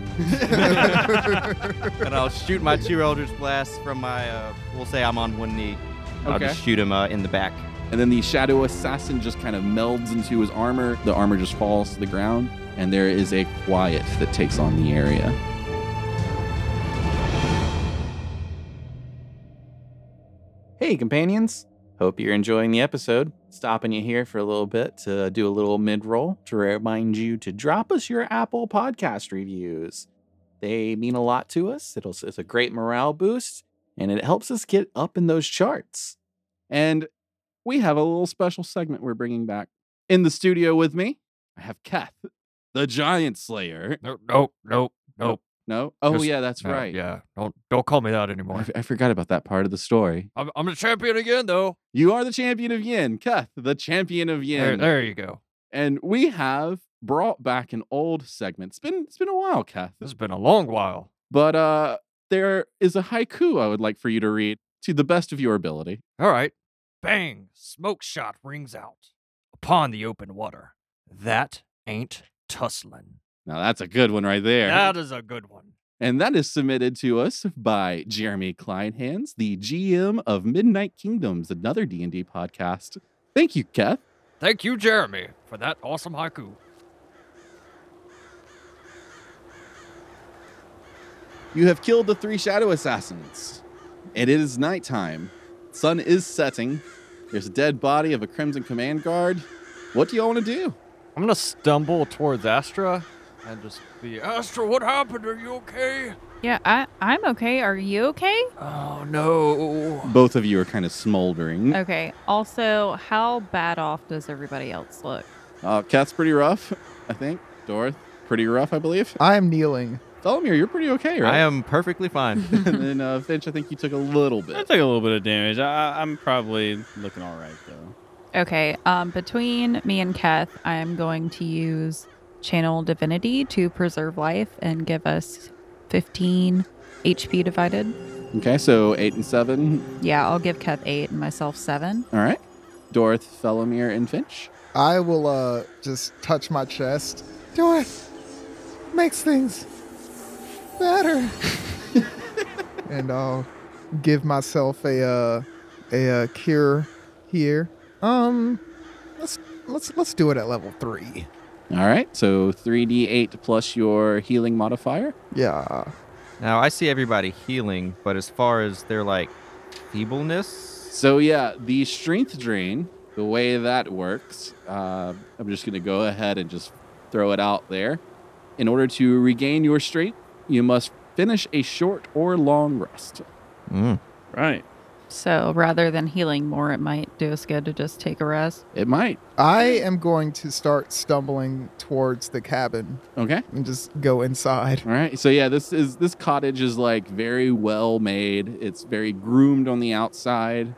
and I'll shoot my two Eldritch Blasts from my, uh, we'll say I'm on one knee. I'll Okay. just shoot him uh, in the back. And then the shadow assassin just kind of melds into his armor. The armor just falls to the ground, and there is a quiet that takes on the area. Hey, companions. Hope you're enjoying the episode. Stopping you here for a little bit to do a little mid roll to remind you to drop us your Apple podcast reviews. They mean a lot to us. It'll, it's a great morale boost and it helps us get up in those charts. And we have a little special segment we're bringing back. In the studio with me, I have Keth, the Giant Slayer. Nope, nope, nope, nope. No? Oh, Just- yeah, that's no, right. Yeah, don't don't call me that I, anymore. f- I forgot about that part of the story. I'm, I'm the champion again, though. You are the champion of Yin, Keth, the champion of Yin. There, there you go. And we have brought back an old segment. It's been it's been a while, Kath. It's been a long while. But uh there is a haiku I would like for you to read to the best of your ability. All right. Bang! Smoke shot rings out upon the open water. That ain't tussling. Now that's a good one right there. That is a good one. And that is submitted to us by Jeremy Kleinhans, the GM of Midnight Kingdoms, another D&D podcast. Thank you, Kath. Thank you, Jeremy, for that awesome haiku. You have killed the three shadow assassins. And it is nighttime. Sun is setting. There's a dead body of a Crimson Command Guard. What do y'all want to do? I'm gonna stumble towards Astra and just be. Astra, what happened? Are you okay? Yeah, I, I'm okay. Are you okay? Oh, no. Both of you are kind of smoldering. Okay. Also, how bad off does everybody else look? Uh, Kath's pretty rough, I think. Dorth, pretty rough, I believe. I am kneeling. Thelmir, you're pretty okay, right? I am perfectly fine. and then uh, Finch, I think you took a little I bit. took a little bit of damage. I, I- I'm probably looking all right though. Okay. Um, between me and Keth, I am going to use Channel Divinity to preserve life and give us 15 HP divided. Okay, so eight and seven. Yeah, I'll give Keth eight and myself seven. All right. Dorth, Felomir, and Finch. I will uh just touch my chest. Doris makes things better. and I'll give myself a uh, a uh, cure here. Um, let's let's let's do it at level three. All right, so 3d8 plus your healing modifier. Yeah. Now I see everybody healing, but as far as their like feebleness, So yeah, the strength drain, the way that works, uh, I'm just gonna go ahead and just throw it out there. In order to regain your strength, you must finish a short or long rest. hmm, Right. So rather than healing more, it might do us good to just take a rest. It might. I am going to start stumbling towards the cabin Okay. and just go inside. All right. So yeah, this is this cottage is like very well made. It's very groomed on the outside,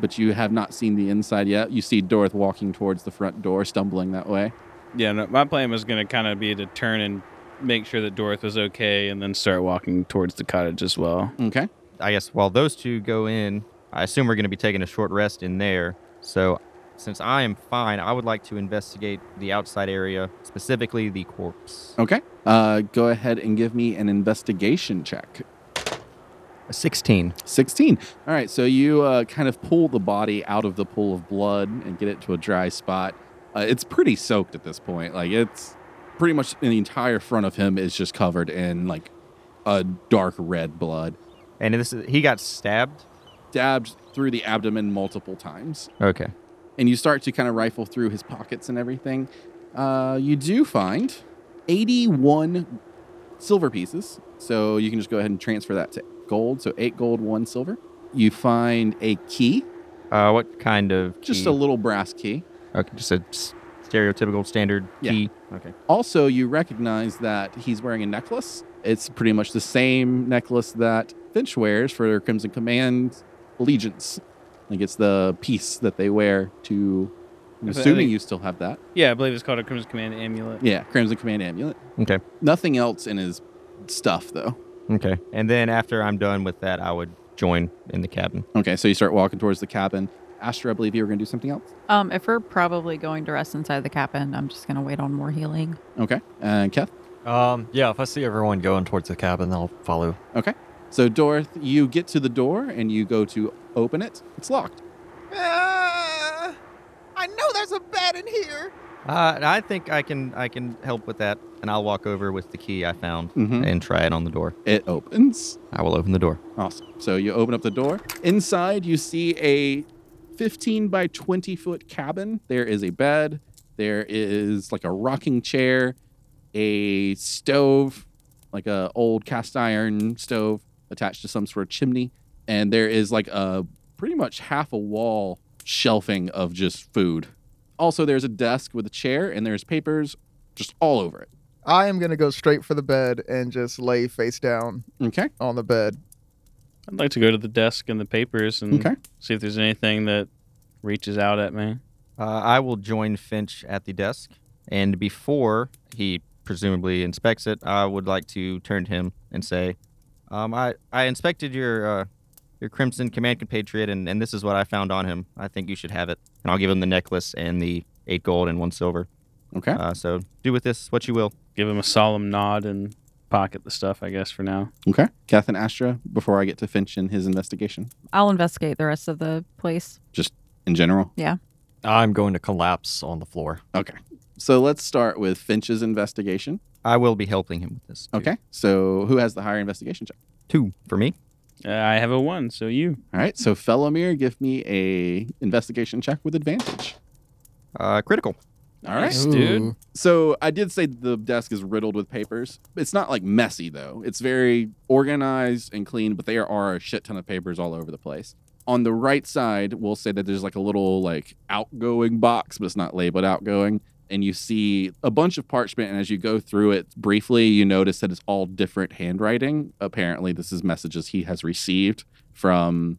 but you have not seen the inside yet. You see Dorth walking towards the front door, stumbling that way. Yeah, no, my plan was gonna kind of be to turn and make sure that Dorth was okay, and then start walking towards the cottage as well. Okay. I guess while those two go in, I assume we're going to be taking a short rest in there. So, since I am fine, I would like to investigate the outside area, specifically the corpse. Okay. Uh, go ahead and give me an investigation check. A 16. 16. All right. So you uh, kind of pull the body out of the pool of blood and get it to a dry spot. Uh, it's pretty soaked at this point. Like, it's pretty much the entire front of him is just covered in like a dark red blood. And this is, he got stabbed? Stabbed through the abdomen multiple times. Okay. And you start to kind of rifle through his pockets and everything. Uh, you do find 81 silver pieces. So you can just go ahead and transfer that to gold. So eight gold, one silver. You find a key. Uh, what kind of? Just key? a little brass key. Okay, just a s- stereotypical standard Yeah. key. Okay. Also, you recognize that he's wearing a necklace. It's pretty much the same necklace that Finch wears for Crimson Command allegiance. I think it's the piece that they wear to. I'm I thi- I assuming think- you still have that. Yeah, I believe it's called a Crimson Command amulet. Yeah, Crimson Command amulet. Okay. Nothing else in his stuff, though. Okay. And then after I'm done with that, I would join in the cabin. Okay, so you start walking towards the cabin. Astra, I believe you were going to do something else. Um, if we're probably going to rest inside the cabin, I'm just gonna wait on more healing. Okay. And Keth? Um, yeah, if I see everyone going towards the cabin, I'll follow. Okay. So, Dorth, you get to the door and you go to open it. It's locked. Ah, I know there's a bed in here. Uh, I think I can I can help with that, and I'll walk over with the key I found Mhm. and try it on the door. It opens. I will open the door. Awesome. So, you open up the door. Inside, you see a 15 by 20 foot cabin. There is a bed, there is like a rocking chair, a stove, like a old cast iron stove attached to some sort of chimney. And there is like a pretty much half a wall shelving of just food. Also, there's a desk with a chair and there's papers just all over it. I am gonna go straight for the bed and just lay face down Okay. on the bed. I'd like to go to the desk and the papers and Okay. see if there's anything that reaches out at me. Uh, I will join Finch at the desk, and before he presumably inspects it, I would like to turn to him and say, um, I, I inspected your uh, your Crimson Command compatriot, and, and this is what I found on him. I think you should have it. And I'll give him the necklace and the eight gold and one silver. Okay. Uh, so do with this what you will. Give him a solemn nod and pocket the stuff, I guess, for now. Okay. Kath and Astra, before I get to Finch and his investigation, I'll investigate the rest of the place. just in general. Yeah. I'm going to collapse on the floor. Okay. So let's start with Finch's investigation. I will be helping him with this. too. Okay. So who has the higher investigation check? Two for me. Uh, I have a one, so you. All right. So Felomir, give me a investigation check with advantage. Uh, critical. All right. Nice, dude. Ooh. So I did say the desk is riddled with papers. It's not like messy though. It's very organized and clean, but there are a shit ton of papers all over the place. On the right side, we'll say that there's like a little like outgoing box, but it's not labeled outgoing. And you see a bunch of parchment, and as you go through it briefly, you notice that it's all different handwriting. Apparently, this is messages he has received from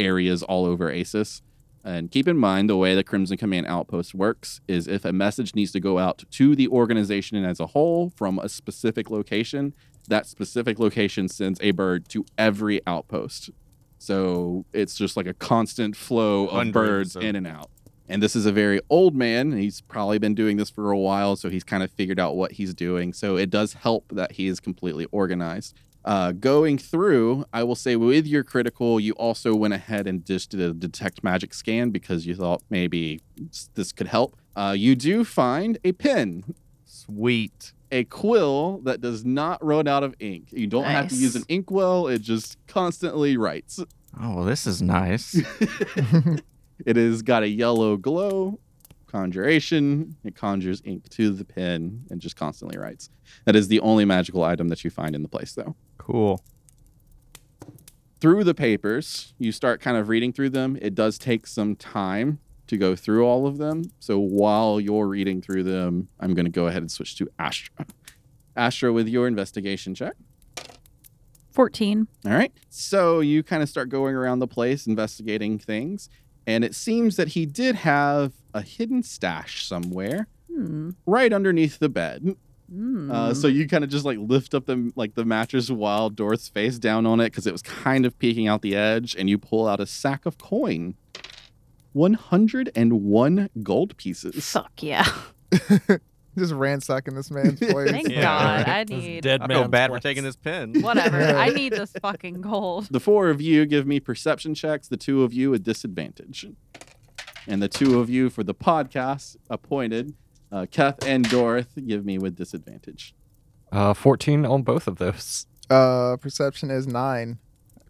areas all over ASIS. And keep in mind the way the Crimson Command outpost works is if a message needs to go out to the organization as a whole from a specific location, that specific location sends a bird to every outpost. So it's just like a constant flow of Hundreds birds of- in and out. And this is a very old man. and He's probably been doing this for a while, so he's kind of figured out what he's doing. So it does help that he is completely organized. Uh, going through, I will say with your critical, you also went ahead and just did a detect magic scan because you thought maybe s- this could help. Uh, you do find a pen, Sweet. a quill that does not run out of ink. You don't have to Nice. use an inkwell, it just constantly writes. Oh, well, this is nice. It has got a yellow glow, conjuration. It conjures ink to the pen and just constantly writes. That is the only magical item that you find in the place, though. cool. Through the papers, you start kind of reading through them. It does take some time to go through all of them. So while you're reading through them, I'm going to go ahead and switch to Astra. Astra, with your investigation check. Fourteen. All right. So you kind of start going around the place investigating things. And it seems that he did have a hidden stash somewhere Hmm. right underneath the bed. Hmm. Uh, so you kind of just like lift up the like the mattress while Dorth's face down on it because it was kind of peeking out the edge, and you pull out a sack of coin, one hundred and one gold pieces. Hmm. Fuck yeah! Just ransacking this man's place. Thank Yeah. God. I This is need dead I man. feel bad for taking this pen. whatever. I need this fucking gold. The four of you give me perception checks. The two of you a disadvantage, and the two of you for the podcast appointed, uh, Keth and Dorth give me with disadvantage. Uh, 14 on both of those. Uh, perception is nine.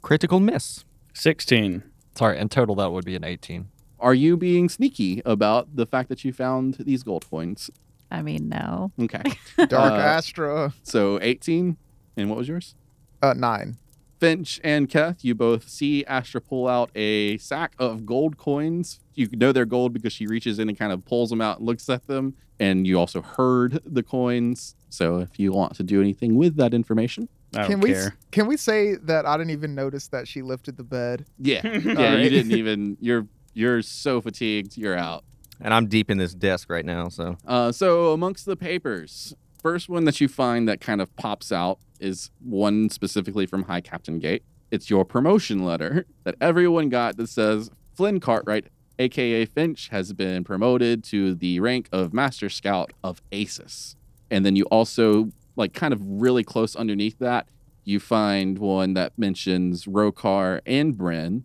Critical miss. 16. Sorry, in total, that would be an 18. Are you being sneaky about the fact that you found these gold coins? I mean, no. Okay. Dark Uh, Astra. So 18, and what was yours? Uh, nine. Finch and Keth, you both see Astra pull out a sack of gold coins. You know they're gold because she reaches in and kind of pulls them out and looks at them. And you also heard the coins. So if you want to do anything with that information, I can we s- can we say that I didn't even notice that she lifted the bed? Yeah, yeah. Uh, You Alright. didn't even. You're you're so fatigued. You're out. And I'm deep in this desk right now, so. Uh, so amongst the papers, first one that you find that kind of pops out is one specifically from High Captain Gate. It's your promotion letter that everyone got that says Flynn Cartwright, aka Finch, has been promoted to the rank of Master Scout of ASIS. And then you also, like, kind of really close underneath that, you find one that mentions Rokar and Bren.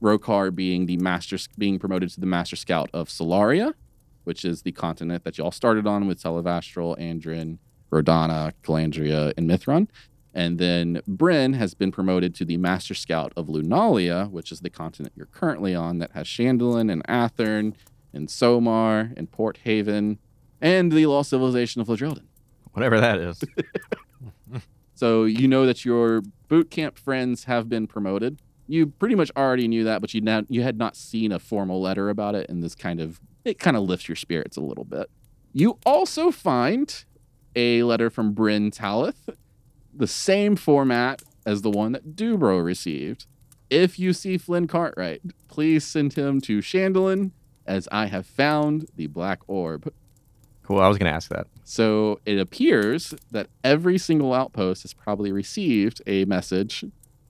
Rokar being the master, being promoted to the Master Scout of Solaria, which is the continent that y'all started on with Televastral, Andrin, Rodana, Calandria, and Mithron. And then Bryn has been promoted to the Master Scout of Lunalia, which is the continent you're currently on that has Chandelin and Athern and Somar and Port Haven and the lost civilization of Ladreldon. Whatever that is. So you know that your boot camp friends have been promoted. You pretty much already knew that, but you now you had not seen a formal letter about it, and this kind of it kind of lifts your spirits a little bit. You also find a letter from Bryn Talith, the same format as the one that Dubro received. If you see Flynn Cartwright, please send him to Chandelin, as I have found the black orb. Cool. I was going to ask that. So it appears that every single outpost has probably received a message.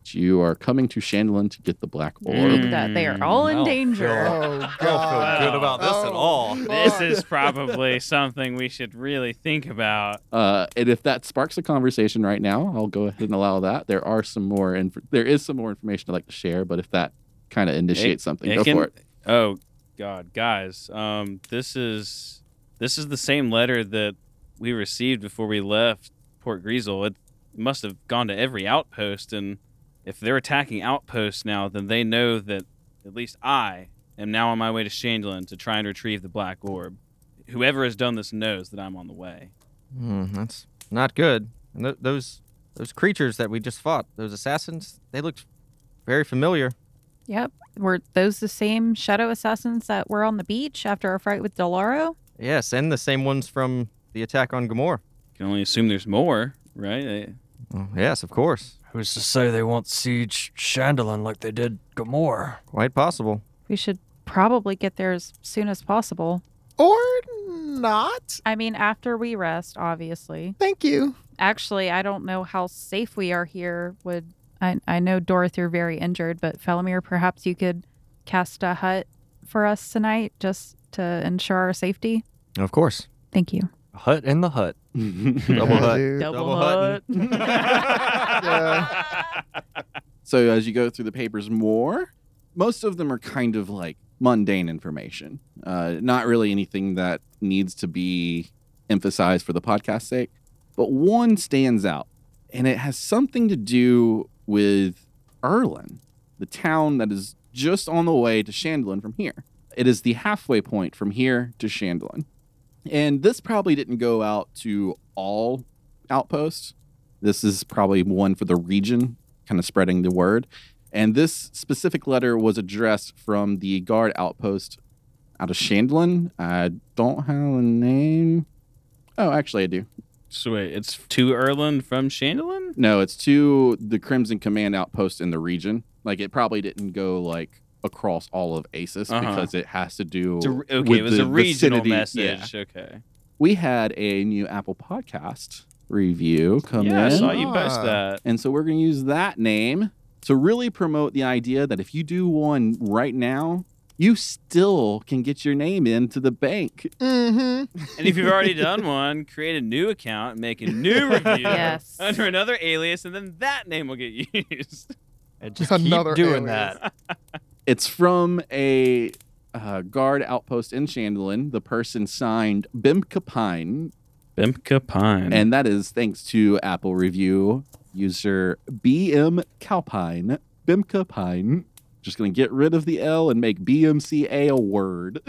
that You are coming to Chandelin to get the black orb. That they are all in danger. Oh I god. Oh, don't feel good about this at all. This is probably something we should really think about. Uh, and if that sparks a conversation right now, I'll go ahead and allow that. There are some more. Inf- there is some more information I'd like to share, but if that kind of initiates something, go can- for it. Oh God, guys, um, this is this is the same letter that we received before we left Port Greasel. It must have gone to every outpost, and if they're attacking outposts now, then they know that at least I am now on my way to Chandelin to try and retrieve the black orb. Whoever has done this knows that I'm on the way. Hmm, that's not good. And th- those those creatures that we just fought, those assassins, they looked very familiar. Yep. Were those the same shadow assassins that were on the beach after our fight with Delaro? Yes, and the same ones from the attack on Gamora. Can only assume there's more, right? Eh, Oh, Mm-hmm. yes, of course. Who's to say they won't siege Chandelin like they did Gamor? Quite possible. We should probably get there as soon as possible. Or not. I mean, after we rest, obviously. Thank you. Actually, I don't know how safe we are here. Would I? I know Dorothy you're very injured, but Felomir, perhaps you could cast a hut for us tonight, just to ensure our safety. Of course. Thank you. Hut in the hut. Double Yeah, hut. dude. Double hut. Yeah. So as you go through the papers more, most of them are kind of like mundane information, uh, not really anything that needs to be emphasized for the podcast's sake. But one stands out, and it has something to do with Erlin, the town that is just on the way to Chandelin from here. It is the halfway point from here to Chandelin. And this probably didn't go out to all outposts. This is probably one for the region, kind of spreading the word. And this specific letter was addressed from the guard outpost out of Chandelin. I don't have a name. Oh, actually, I do. So wait, it's to Erlin from Chandelin? No, it's to the Crimson Command outpost in the region. Like, it probably didn't go like across all of ASIS Uh-huh. because it has to do. It's a- okay, with it was the a regional vicinity- yeah. message. Okay. we had a new Apple Podcast review come yeah, in. I saw you post Ah. that. And so we're going to use that name to really promote the idea that if you do one right now, you still can get your name into the bank. Mm-hmm. And if you've already done one, create a new account and make a new review Yes. under another alias, and then that name will get used. And just Another keep doing alias. that. It's from a uh, guard outpost in Chandelin. The person signed Bimka Pine, Bimka Pine. and that is thanks to Apple Review user BM Calpine. Bimka Pine. Just going to get rid of the L and make BMCA a word.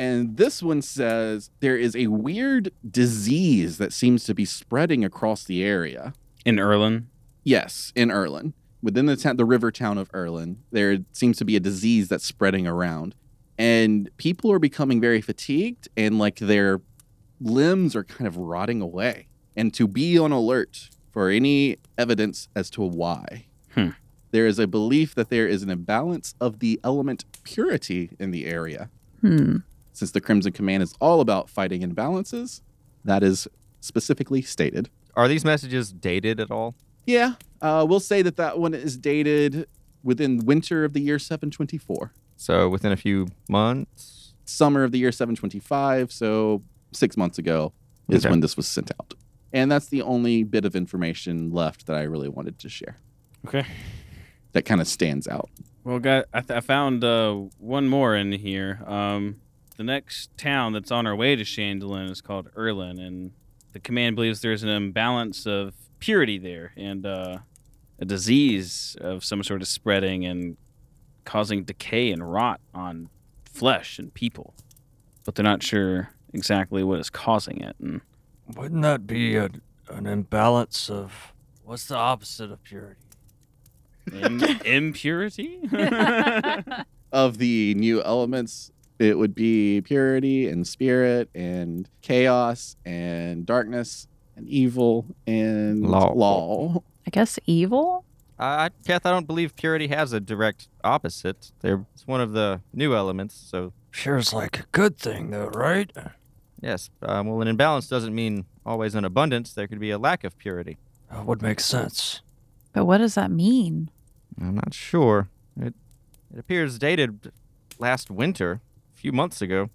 And this one says there is a weird disease that seems to be spreading across the area. In Erlin? Yes, in Erlin. Within the, ta- the river town of Erlin, there seems to be a disease that's spreading around. And people are becoming very fatigued and like their limbs are kind of rotting away. And to be on alert for any evidence as to why. Hmm. There is a belief that there is an imbalance of the element purity in the area. Hmm. Since the Crimson Command is all about fighting imbalances, that is specifically stated. Are these messages dated at all? Yeah, uh, we'll say that that one is dated within winter of the year 724, So within a few months. summer of the year 725, so six months ago is Okay. when this was sent out. And that's the only bit of information left that I really wanted to share Okay. that kind of stands out. Well, guy, I, th- I found uh, one more in here. Um, the next town that's on our way to Chandelin is called Erlin, and the command believes there's an imbalance of purity there, and uh, a disease of some sort is spreading and causing decay and rot on flesh and people. But they're not sure exactly what is causing it. And Wouldn't that be a, an imbalance of. What's the opposite of purity? Im- impurity? Of the new elements, it would be purity and spirit and chaos and darkness and evil and Law. law. I guess evil? I, I- Kath, I don't believe purity has a direct opposite. They're, it's one of the new elements, so Sure is like a good thing, though, right? yes. Um, well, an imbalance doesn't mean always an abundance. There could be a lack of purity. That would make sense. But what does that mean? I'm not sure. It it appears dated last winter, a few months ago.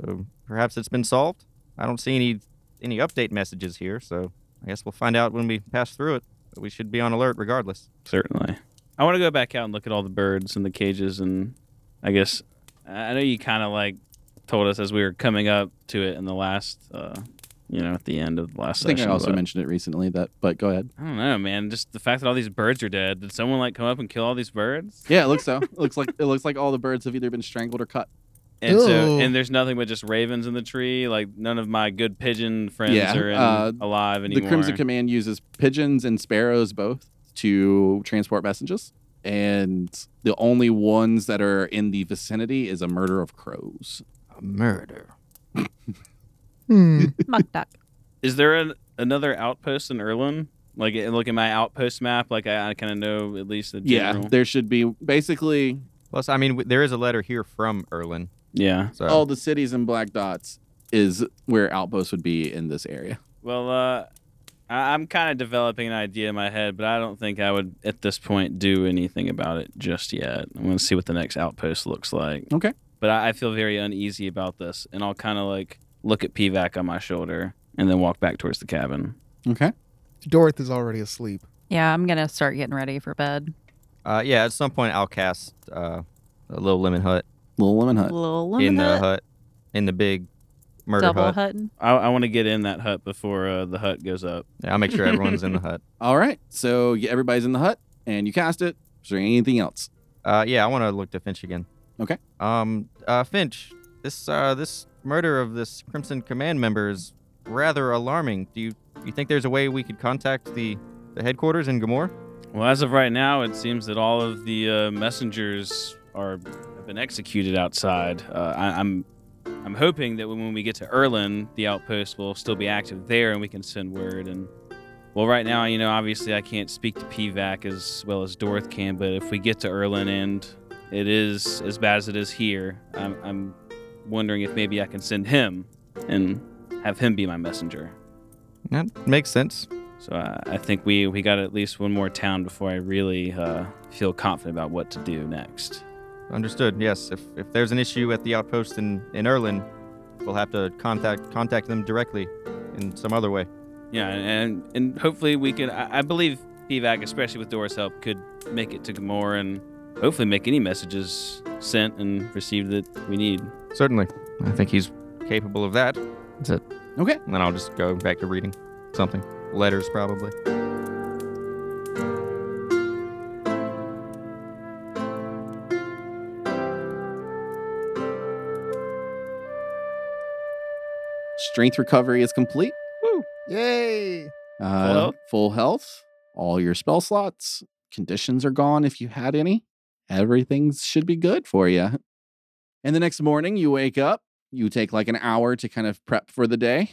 So perhaps it's been solved. I don't see any any update messages here, so I guess we'll find out when we pass through it. But we should be on alert regardless. Certainly. I want to go back out and look at all the birds in the cages, and I guess I I know you kind of like told us as we were coming up to it in the last, uh, you know, at the end of the last I think I session, also but- mentioned it recently. That, but go ahead. I don't know, man. Just the fact that all these birds are dead. Did someone like come up and kill all these birds? Yeah, it looks so. it looks like it looks like all the birds have either been strangled or cut. And so, Ew. and there's nothing but just ravens in the tree. Like none of my good pigeon friends Yeah, are in, uh, alive anymore. The Crimson Command uses pigeons and sparrows both to transport messages, and the only ones that are in the vicinity is a murder of crows. A murder. Hmm. Muck duck. Is there an, another outpost in Erlin? Like, eh, look at my outpost map. Like, I, I kind of know at least the Yeah, general. there should be basically Plus, I mean, w- there is a letter here from Erlin. yeah. So all the cities and black dots is where outposts would be in this area. Well, uh, I- I'm kind of developing an idea in my head, but I don't think I would at this point do anything about it just yet. I'm going to see what the next outpost looks like. Okay. But I, I feel very uneasy about this, and I'll kind of like look at PVAC on my shoulder and then walk back towards the cabin. Okay. Dorth is already asleep. Yeah, I'm going to start getting ready for bed. uh, yeah, at some point I'll cast uh, a little lemon hut Little Lemon Hut. Little lemon in the hut, hut, in the big murder double hut. hutting. I, I want to get in that hut before uh, the hut goes up. Yeah, I'll make sure everyone's in the hut. All right, so yeah, everybody's in the hut, and you cast it. Is there anything else? Uh, yeah, I want to look to Finch again. Okay. Um, uh, Finch, this uh, this murder of this Crimson Command member is rather alarming. Do you you think there's a way we could contact the the headquarters in Gamor? Well, as of right now, it seems that all of the uh, messengers are have been executed outside. Uh, I, I'm I'm hoping that when we get to Erlin, the outpost will still be active there, and we can send word. And well, right now, you know, obviously, I can't speak to PVAC as well as Dorth can, but if we get to Erlin and it is as bad as it is here, I'm, I'm wondering if maybe I can send him and have him be my messenger. That makes sense. So I, I think we, we got at least one more town before I really uh, feel confident about what to do next. Understood. Yes. If if there's an issue at the outpost in in Erlin, we'll have to contact contact them directly in some other way. Yeah, and and hopefully we can. I, I believe PVAC, especially with Dora's help, could make it to Gamora and hopefully make any messages sent and received that we need. Certainly. I think he's capable of that. That's it. Okay. And then I'll just go back to reading something. Letters, probably. Strength recovery is complete. Yay! Uh, health? full health. All your spell slots. Conditions are gone if you had any. Everything should be good for you. And the next morning, you wake up. You take like an hour to kind of prep for the day,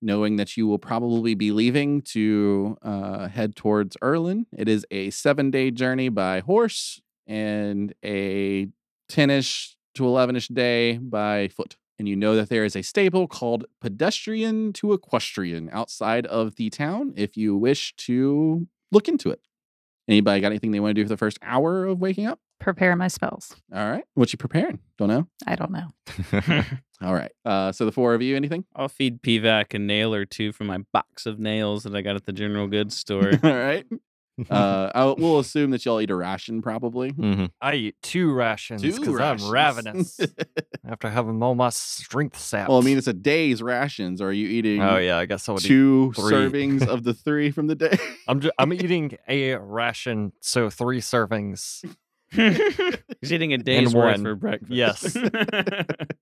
knowing that you will probably be leaving to uh, head towards Erlin. It is a seven day journey by horse and a 10 ish to 11 ish day by foot. And you know that there is a stable called Pedestrian to Equestrian outside of the town if you wish to look into it. Anybody got anything they want to do for the first hour of waking up? Prepare my spells. All right. What you preparing? Don't know. I don't know. All right. Uh, so the four of you, anything? I'll feed PVAC a nail or two from my box of nails that I got at the general goods store. All right. Uh, I will we'll assume that y'all eat a ration probably. Mm-hmm. I eat two rations Two because I'm rations. ravenous after having all my strength sapped. Well, I mean, it's a day's rations. Are you eating? Oh, yeah, I guess I would eat two three. servings of the three from the day. I'm ju- I'm eating a ration, so three servings. He's eating a day's worth one. for breakfast. Yes.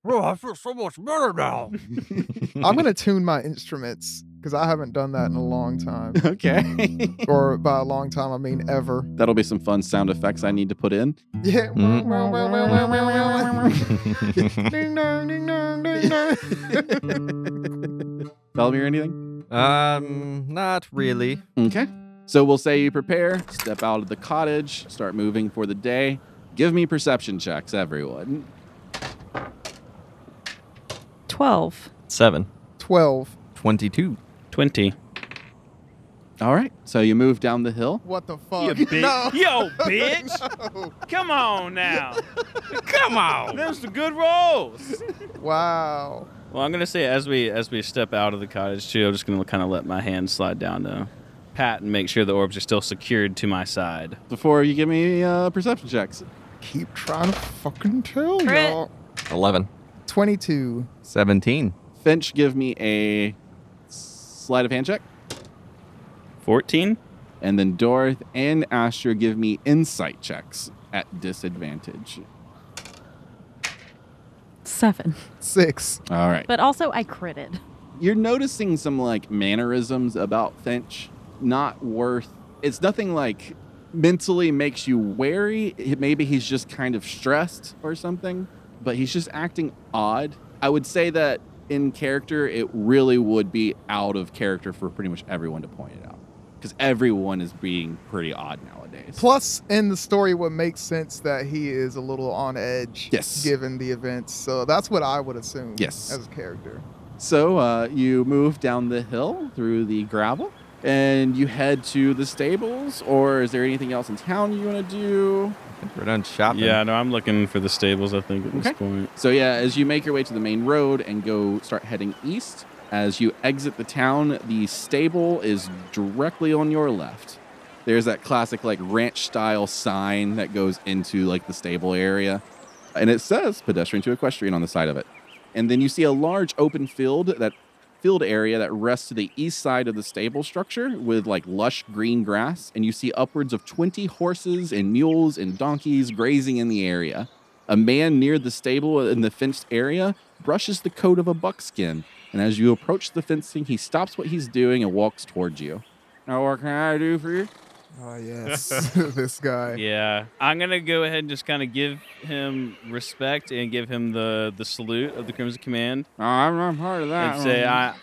Bro, I feel so much better now. I'm gonna tune my instruments because I haven't done that in a long time. Okay. Mm. or by a long time, I mean ever. That'll be some fun sound effects I need to put in. Yeah. Mm-hmm. ding dong, ding dong, ding dong. Tell me or anything? Um, not really. Okay. So we'll say you prepare, step out of the cottage, start moving for the day. Give me perception checks, everyone. 12. Seven. 12. 22. 20. All right. So you move down the hill. What the fuck? You big- No. Yo, bitch. Come on now. Come on. Those are good rolls. Wow. Well, I'm gonna say as we as we step out of the cottage too, I'm just gonna kind of let my hand slide down to pat and make sure the orbs are still secured to my side. Before you give me uh, perception checks. Keep trying to fucking tell Crit. y'all. 11. 22. 17. Finch, give me a sleight of hand check. 14. And then Dorth and Astra give me insight checks at disadvantage. Seven. Six. All right. But also, I critted. You're noticing some like mannerisms about Finch. Not worth. It's nothing like mentally makes you wary. It- Maybe he's just kind of stressed or something, but he's just acting odd. I would say that in character, it really would be out of character for pretty much everyone to point it out because everyone is being pretty odd nowadays. Plus, in the story, what makes sense that he is a little on edge, Yes. given the events. So that's what I would assume, Yes. as a character. So uh, you move down the hill through the gravel and you head to the stables, or is there anything else in town you want to do? We're done shopping. Yeah, no, I'm looking for the stables. I think at this point. So, yeah, as you make your way to the main road and go start heading east, as you exit the town, the stable is directly on your left. There's that classic, like, ranch style sign that goes into, like, the stable area. And it says pedestrian to equestrian on the side of it. And then you see a large open field, that field area that rests to the east side of the stable structure with, like, lush green grass. And you see upwards of 20 horses and mules and donkeys grazing in the area. A man near the stable in the fenced area brushes the coat of a buckskin, and as you approach the fencing, he stops what he's doing and walks towards you. Now, what can I do for you? Oh, yes. this guy. Yeah, I'm gonna go ahead and just kind of give him respect and give him the the salute of the Crimson Command. I'm, I'm part of that. and say, one. I,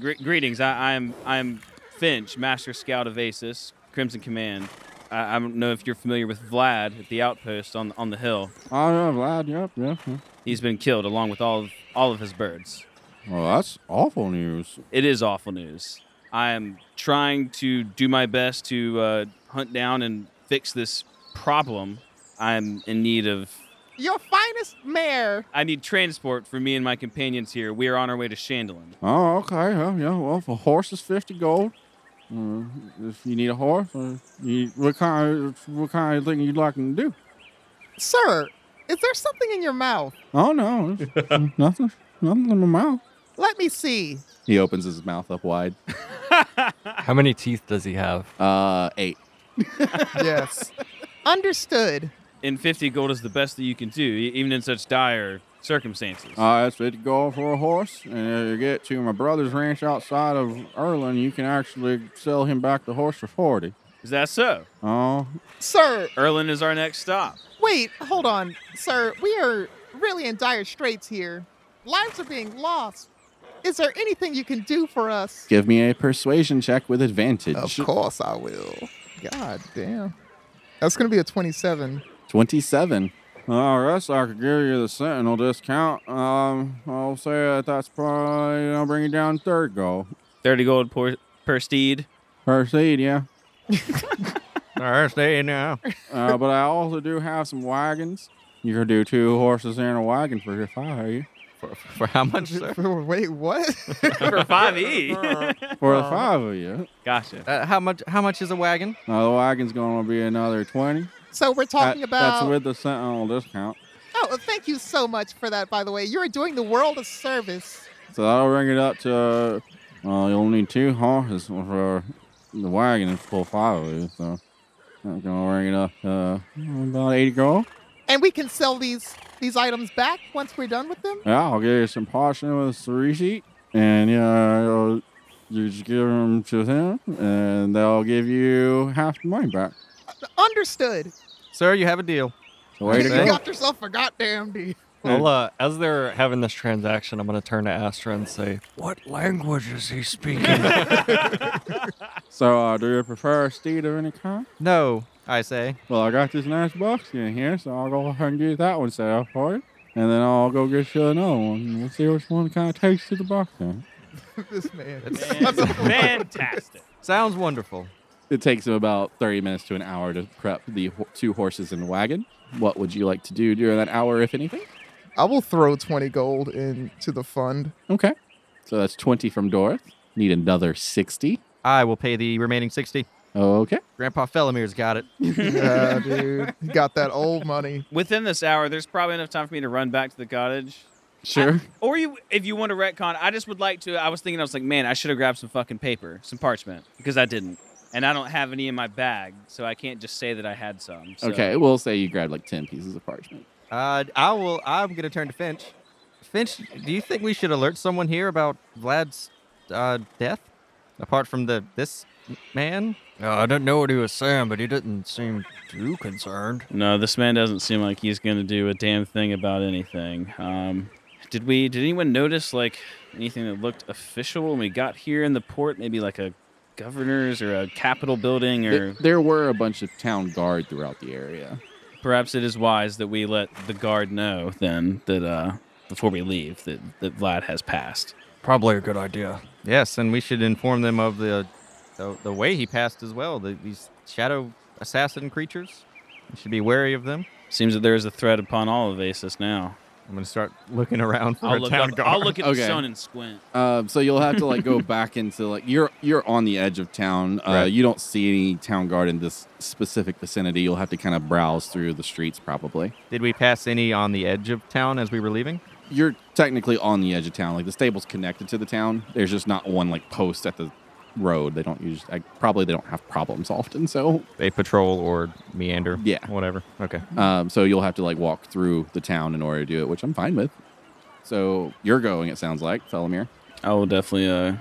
gre- "Greetings, I, I'm I'm Finch, Master Scout of Asis, Crimson Command. I, I don't know if you're familiar with Vlad at the outpost on on the hill. Oh, yeah, Vlad, yep, yep, yep. He's been killed along with all of, all of his birds. Well, that's awful news. It is awful news. I am trying to do my best to uh, hunt down and fix this problem. I'm in need of. Your finest mare. I need transport for me and my companions here. We are on our way to Chandelin. Oh, okay. Well, yeah, well, if a horse is 50 gold, uh, if you need a horse, uh, you, what, kind of, what kind of thing you'd like me to do? Sir, is there something in your mouth? Oh, no. it's nothing. Nothing in my mouth. Let me see. He opens his mouth up wide. How many teeth does he have? Uh, eight. yes. Understood. And 50 gold is the best that you can do, e- even in such dire circumstances. Uh, it's it go for a horse, and if you get to my brother's ranch outside of Erlin, you can actually sell him back the horse for forty. Is that so? Oh, Sir, Erlin is our next stop. wait, hold on. Sir, we are really in dire straits here. Lives are being lost. Is there anything you can do for us? Give me a persuasion check with advantage. Of course I will. God damn. That's going to be a 27. 27. I guess I could give you the Sentinel discount. Um, I'll say that that's probably I'll bring you down to third goal. 30 gold per, per steed. Per steed, yeah. Thursday now. Uh, but I also do have some wagons. You could do two horses and a wagon for your five, are you? For, for how much, sir? Wait, what? for five e. Uh, For the five of you. Gotcha. Uh, how much? How much is a wagon? Uh, the wagon's going to be another 20. So we're talking That- about. That's with the Sentinel discount. oh, well, thank you so much for that, by the way. You're doing the world a service. So that'll bring it up to. Uh, you'll need two horses for the wagon and full five of you. So that's gonna bring it up to uh, about eighty gold. And we can sell these these items back once we're done with them? Yeah, I'll give you some portion with a receipt, and yeah, you'll, you just give them to them, and they'll give you half the money back. Understood. Sir, you have a deal. So way to you go. got yourself a goddamn deal. Well, uh, as they're having this transaction, I'm going to turn to Astra and say, What language is he speaking? So, uh, do you prefer a steed of any kind? No, I say. Well, I got this nice box in here, so I'll go ahead and get that one set up for you. And then I'll go get you another one. and We'll see which one kind of takes to the box then. this man. Fantastic. Sounds wonderful. It takes him about 30 minutes to an hour to prep the ho- two horses and wagon. What would you like to do during that hour, if anything? I will throw 20 gold into the fund. Okay. So that's 20 from Dorth. Need another 60. I will pay the remaining sixty. Okay. Grandpa Felomir's got it. Yeah, dude. You got that old money. Within this hour, there's probably enough time for me to run back to the cottage. Sure. Or you, if you want to retcon, I just would like to. I was thinking, I was like, man, I should have grabbed some fucking paper, some parchment, because I didn't, and I don't have any in my bag, so I can't just say that I had some. so- Okay, we'll say you grabbed like 10 pieces of parchment. Uh, I will. I'm gonna turn to Finch. Finch, do you think we should alert someone here about Vlad's uh, death? Apart from the this man, Uh, I don't know what he was saying, but he didn't seem too concerned. No, this man doesn't seem like he's going to do a damn thing about anything. Um, did we? Did anyone notice like anything that looked official when we got here in the port? Maybe like a governor's or a capitol building, or There, there were a bunch of town guard throughout the area. perhaps it is wise that we let the guard know then that uh, before we leave that, that Vlad has passed. Probably a good idea. Yes, and we should inform them of the the, the way he passed as well. The, these shadow assassin creatures. We should be wary of them. Seems that there is a threat upon all of Asus now. I'm gonna start looking around for I'll a look town up- guard. I'll look at the sun and squint. Um, so you'll have to like go back into like you're you're on the edge of town. Uh, Right. You don't see any town guard in this specific vicinity. You'll have to kind of browse through the streets probably. Did we pass any on the edge of town as we were leaving? You're technically on the edge of town. Like the stable's connected to the town. There's just not one like post at the road. They don't use like, probably they don't have problems often. So They patrol or meander. Yeah. Whatever. Okay. um, so you'll have to like walk through the town in order to do it, which I'm fine with. So you're going. It sounds like Felomir. I will definitely uh,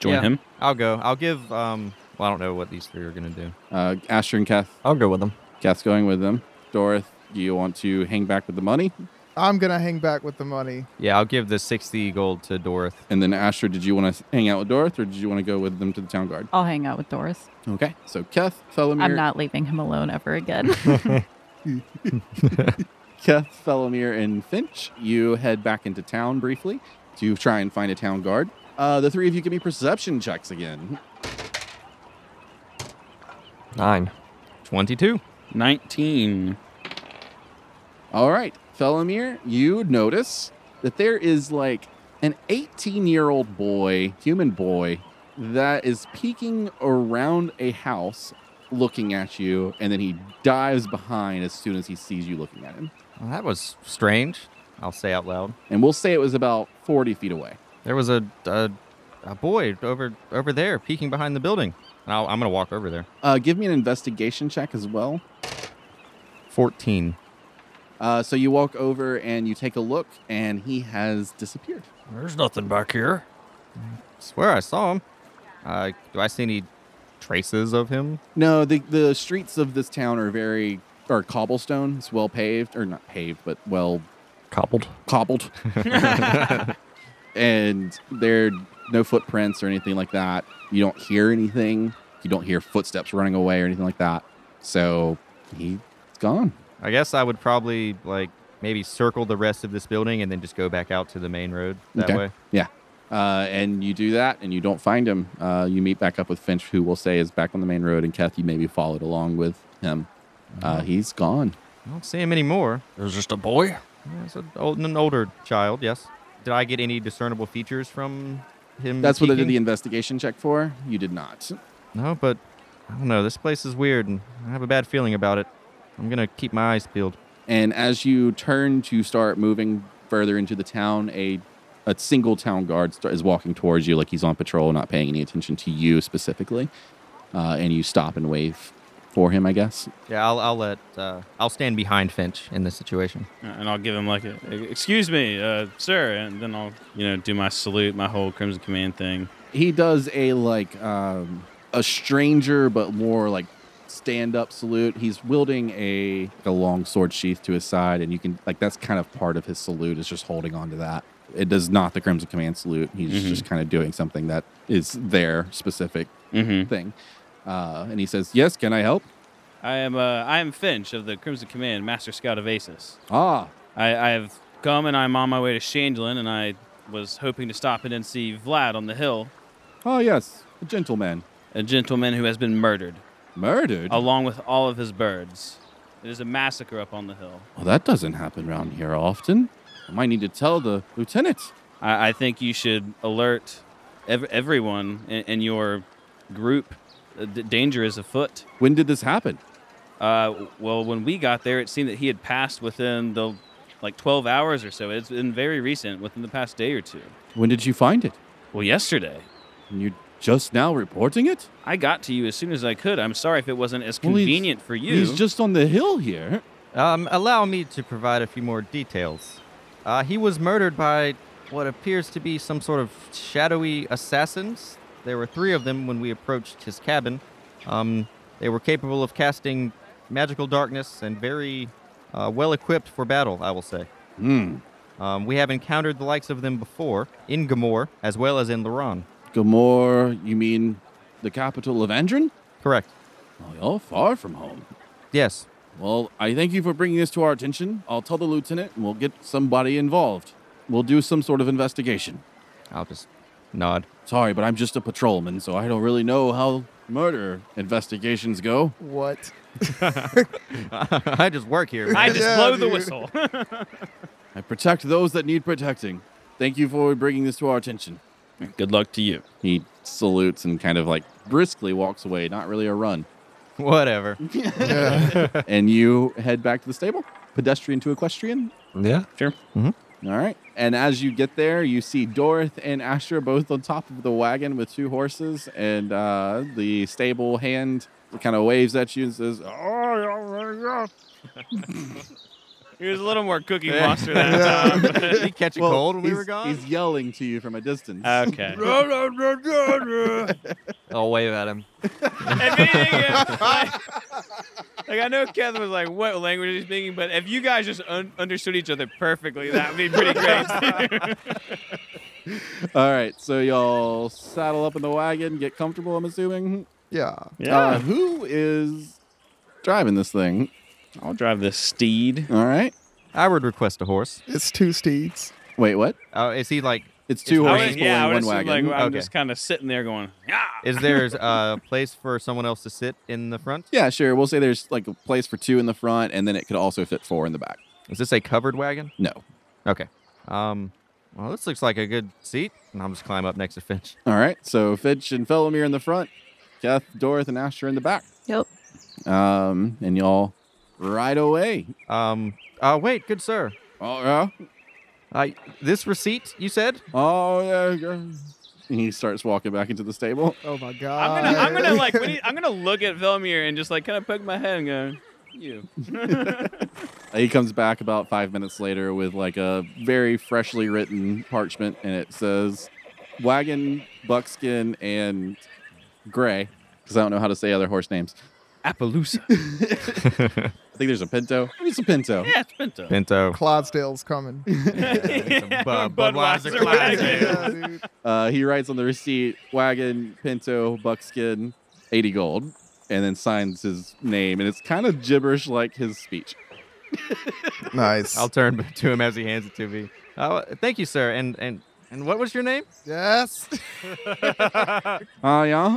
join Yeah, him. I'll go. I'll give. Um. Well, I don't know what these three are gonna do. Uh, Asher and Kath. I'll go with them. Kath's going with them. Dorith, do you want to hang back with the money? I'm going to hang back with the money. Yeah, I'll give the sixty gold to Dorth. And then Asher, did you want to hang out with Dorith or did you want to go with them to the town guard? I'll hang out with Doris. Okay. So Kath, Felomir. I'm not leaving him alone ever again. Kath, Felomir, and Finch, you head back into town briefly to try and find a town guard. Uh, the three of you give me perception checks again. Nine. 22. 19. All right, Felomir, you notice that there is like an 18 year old boy, human boy, that is peeking around a house looking at you, and then he dives behind as soon as he sees you looking at him. Well, that was strange. I'll say out loud. And we'll say it was about 40 feet away. There was a a, a boy over over there peeking behind the building. And I'll, I'm gonna walk over there. Uh, give me an investigation check as well. 14. Uh, so you walk over and you take a look, and he has disappeared. There's nothing back here. Swear I saw him. Uh, do I see any traces of him? No, the the streets of this town are very are cobblestone. It's well paved, or not paved, but well cobbled. Cobbled. and there are no footprints or anything like that. You don't hear anything. You don't hear footsteps running away or anything like that. So he's gone. I guess I would probably like maybe circle the rest of this building and then just go back out to the main road that Okay. way. Yeah. Uh, and you do that, and you don't find him. Uh, you meet back up with Finch, who will say is back on the main road, and Kath, you maybe followed along with him. Mm-hmm. Uh, he's gone. I don't see him anymore. There's just a boy. It's an, old, an older child. Yes. Did I get any discernible features from him? That's what I did peeking? the investigation check for. You did not. No, but I don't know. This place is weird, and I have a bad feeling about it. I'm gonna keep my eyes peeled. And as you turn to start moving further into the town, a a single town guard st- is walking towards you, like he's on patrol, not paying any attention to you specifically. Uh, and you stop and wave for him, I guess. Yeah, I'll, I'll let. Uh, I'll stand behind Finch in this situation. And I'll give him like a, excuse me, uh, sir, and then I'll you know do my salute, my whole Crimson Command thing. He does a like um, a stranger, but more like stand up salute. He's wielding a a long sword sheath to his side, and you can like that's kind of part of his salute is just holding on to that. It does not the Crimson Command salute. He's Mhm. just kind of doing something that is their specific Mhm. thing. Uh, and he says, "Yes, can I help?" I am uh, I am Finch of the Crimson Command, Master Scout of Aces. Ah, I, I have come and I'm on my way to Shandlin, and I was hoping to stop in and see Vlad on the hill, ah, yes, a gentleman. a gentleman who has been murdered, Murdered? along with all of his birds. It is a massacre up on the hill. Well, that doesn't happen around here often. I might need to tell the lieutenant. I, I think you should alert ev- everyone in, in your group. Uh, d- danger is afoot. When did this happen? Uh, well, when we got there, it seemed that he had passed within the like 12 hours or so. It's been very recent, within the past day or two. When did you find it? Well, yesterday. And you're just now reporting it? I got to you as soon as I could. I'm sorry if it wasn't as Well, he's- convenient for you. He's just on the hill here. Um, allow me to provide a few more details. Uh, he was murdered by what appears to be some sort of shadowy assassins. There were three of them when we approached his cabin. Um, they were capable of casting magical darkness and very uh, well equipped for battle, I will say. Hmm. Um, we have encountered the likes of them before in Gamor as well as in Loran. Gamor, you mean the capital of Andron? Correct. Oh, you're far from home. Yes. Well, I thank you for bringing this to our attention. I'll tell the lieutenant and we'll get somebody involved. We'll do some sort of investigation. I'll just nod. Sorry, but I'm just a patrolman, so I don't really know how murder investigations go. What? I just work here. I man. just blow the whistle. I protect those that need protecting. Thank you for bringing this to our attention. Good luck to you. He salutes and kind of like briskly walks away, not really a run. Whatever. and you head back to the stable, pedestrian to equestrian. Yeah. Sure. All right. And as you get there, you see Dorth and Asher both on top of the wagon with two horses, and uh, the stable hand kind of waves at you and says, "Oh, He was a little more cookie Yeah. monster that time. Did he catch a Well, cold when we he's- were gone? Uh, He's yelling to you from a distance. Okay. I'll wave at him. if anything, uh, like, like, I know Kevin was like, what language is he speaking? But if you guys just un- understood each other perfectly, that would be pretty great. All right. So y'all saddle up in the wagon, get comfortable, I'm assuming. Yeah. Uh, who is driving this thing? I'll drive this steed. All right. I would request a horse. It's two steeds. Wait, what? Uh, is he like? It's two I horses would- yeah, pulling I would one assume, wagon. like, I'm Okay. just kind of sitting there going, yeah. Is there a place for someone else to sit in the front? Yeah, sure. We'll say there's like a place for two in the front, and then it could also fit four in the back. Is this a covered wagon? No. Okay. Um. Well, this looks like a good seat, and I'm just climb up next to Finch. All right. So Fitch and Felomir in the front, Keth, Dorth, and Asher in the back. Yep. Um, and y'all right away. Um. Uh. Wait, good sir. Oh yeah. Uh, this receipt you said? Oh yeah. yeah. And he starts walking back into the stable. Oh my god. Uh, I'm gonna, I'm gonna like, when he- I'm gonna look at Velmir and just like kind of poke my head and go, you. He comes back about five minutes later with like a very freshly written parchment, and it says wagon, buckskin, and gray, because I don't know how to say other horse names. Appaloosa. I think there's a pinto. I think it's a pinto. Yeah, it's pinto. Pinto. Clydesdale's coming. Bud- Budweiser Budweiser wagon. Clydesdale. Uh, he writes on the receipt wagon, pinto, buckskin, 80 gold, and then signs his name. And it's kind of gibberish like his speech. nice. I'll turn to him as he hands it to me. Uh, thank you, sir. And and and what was your name? Yes. Ah, yeah?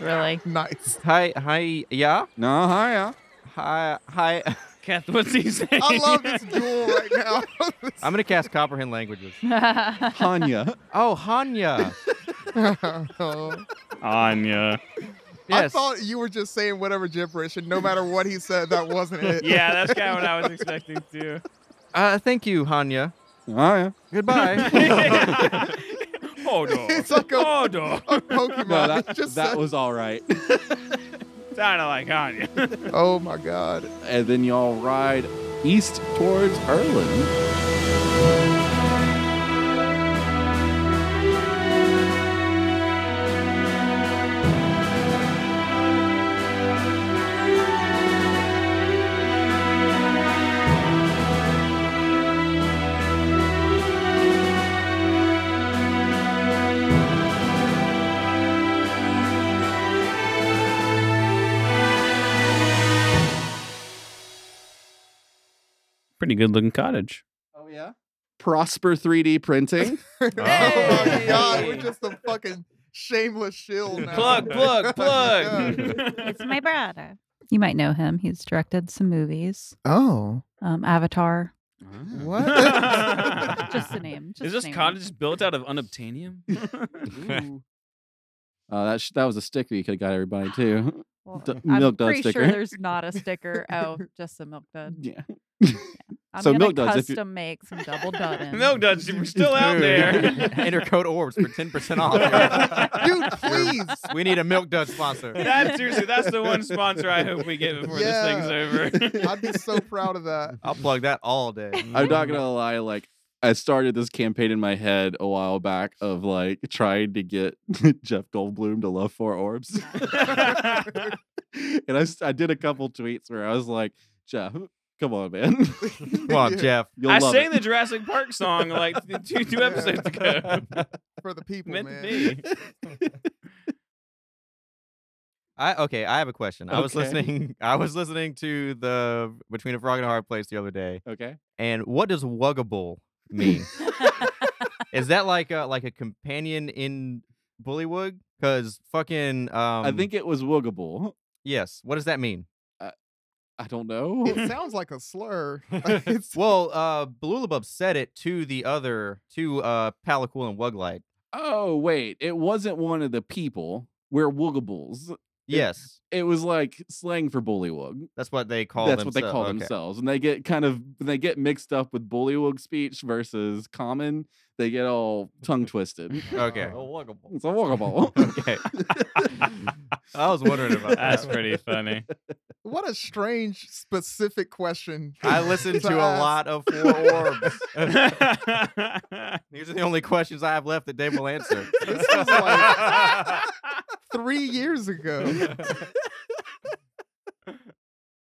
Really? Nice. Hi, hi, yeah. No, hi, yeah. Hi, hi. Kath, what's he saying? I love this duel right now. I'm gonna cast comprehend languages. Hanya. Oh, Hanya. Oh. Anya. I Yes. thought you were just saying whatever gibberish, and no matter what he said, that wasn't it. yeah, that's kind of what I was expecting too. Uh, thank you, Hanya. Ah, yeah. Goodbye. Hold on. It's like a, Hold on. a Pokemon. No, that, It just that said- was all right. Kind of like Anya. oh my god. and then y'all ride east towards Erland. Pretty good looking cottage. Oh yeah. Prosper 3D printing. Oh my god, we're just a fucking shameless shill now. Plug, plug, plug. It's my brother. You might know him. He's directed some movies. Oh. Um, Avatar. What? Just the name. Just Is this the name. cottage built out of unobtainium? uh, that sh- that was a sticker you could have got everybody too. Well, D- I'm milk dud pretty sticker. sure there's not a sticker. Oh, just the milk dud. Yeah. I'm So gonna milk duds, if you- custom make some double dud in. Milk duds, you were still out there. Enter code orbs for ten percent off. Dude, please. we need a milk dud sponsor. That seriously, that's the one sponsor I hope we get before this thing's over. I'd be so proud of that. I'll plug that all day. I'm not gonna lie, like I started this campaign in my head a while back of like trying to get Jeff Goldblum to love four orbs. and I, s- I did a couple tweets where I was like, Jeff, come on, man. Come on, Jeff. You'll I love sang it. the Jurassic Park song like two, two episodes ago. For the people, Meant man. to be. I okay. I have a question. I was Okay. listening. I was listening to the Between a Frog and a Hard Place the other day. Okay. And what does wuggable mean? Is that like a like a companion in Bullywug? Because fucking. Um, I think it was Woogable. yes. What does that mean? I don't know. It sounds like a slur. It's- Well, uh, Balulabub said it to the other, to uh, Palacool and Wuglite. Oh wait, it wasn't one of the people. We're Woogables. Yes, It was like slang for Bullywug. that's what they call. That's what they themsel- call okay. themselves, and they get kind of they get mixed up with Bullywug speech versus common. They get all tongue twisted. Okay, it's a Woogable. okay. I was wondering about That's that. pretty funny. what a strange, specific question. I listened to a ask. lot of Four Orbs. These are the only questions I have left that Dave will answer. This was like three years ago.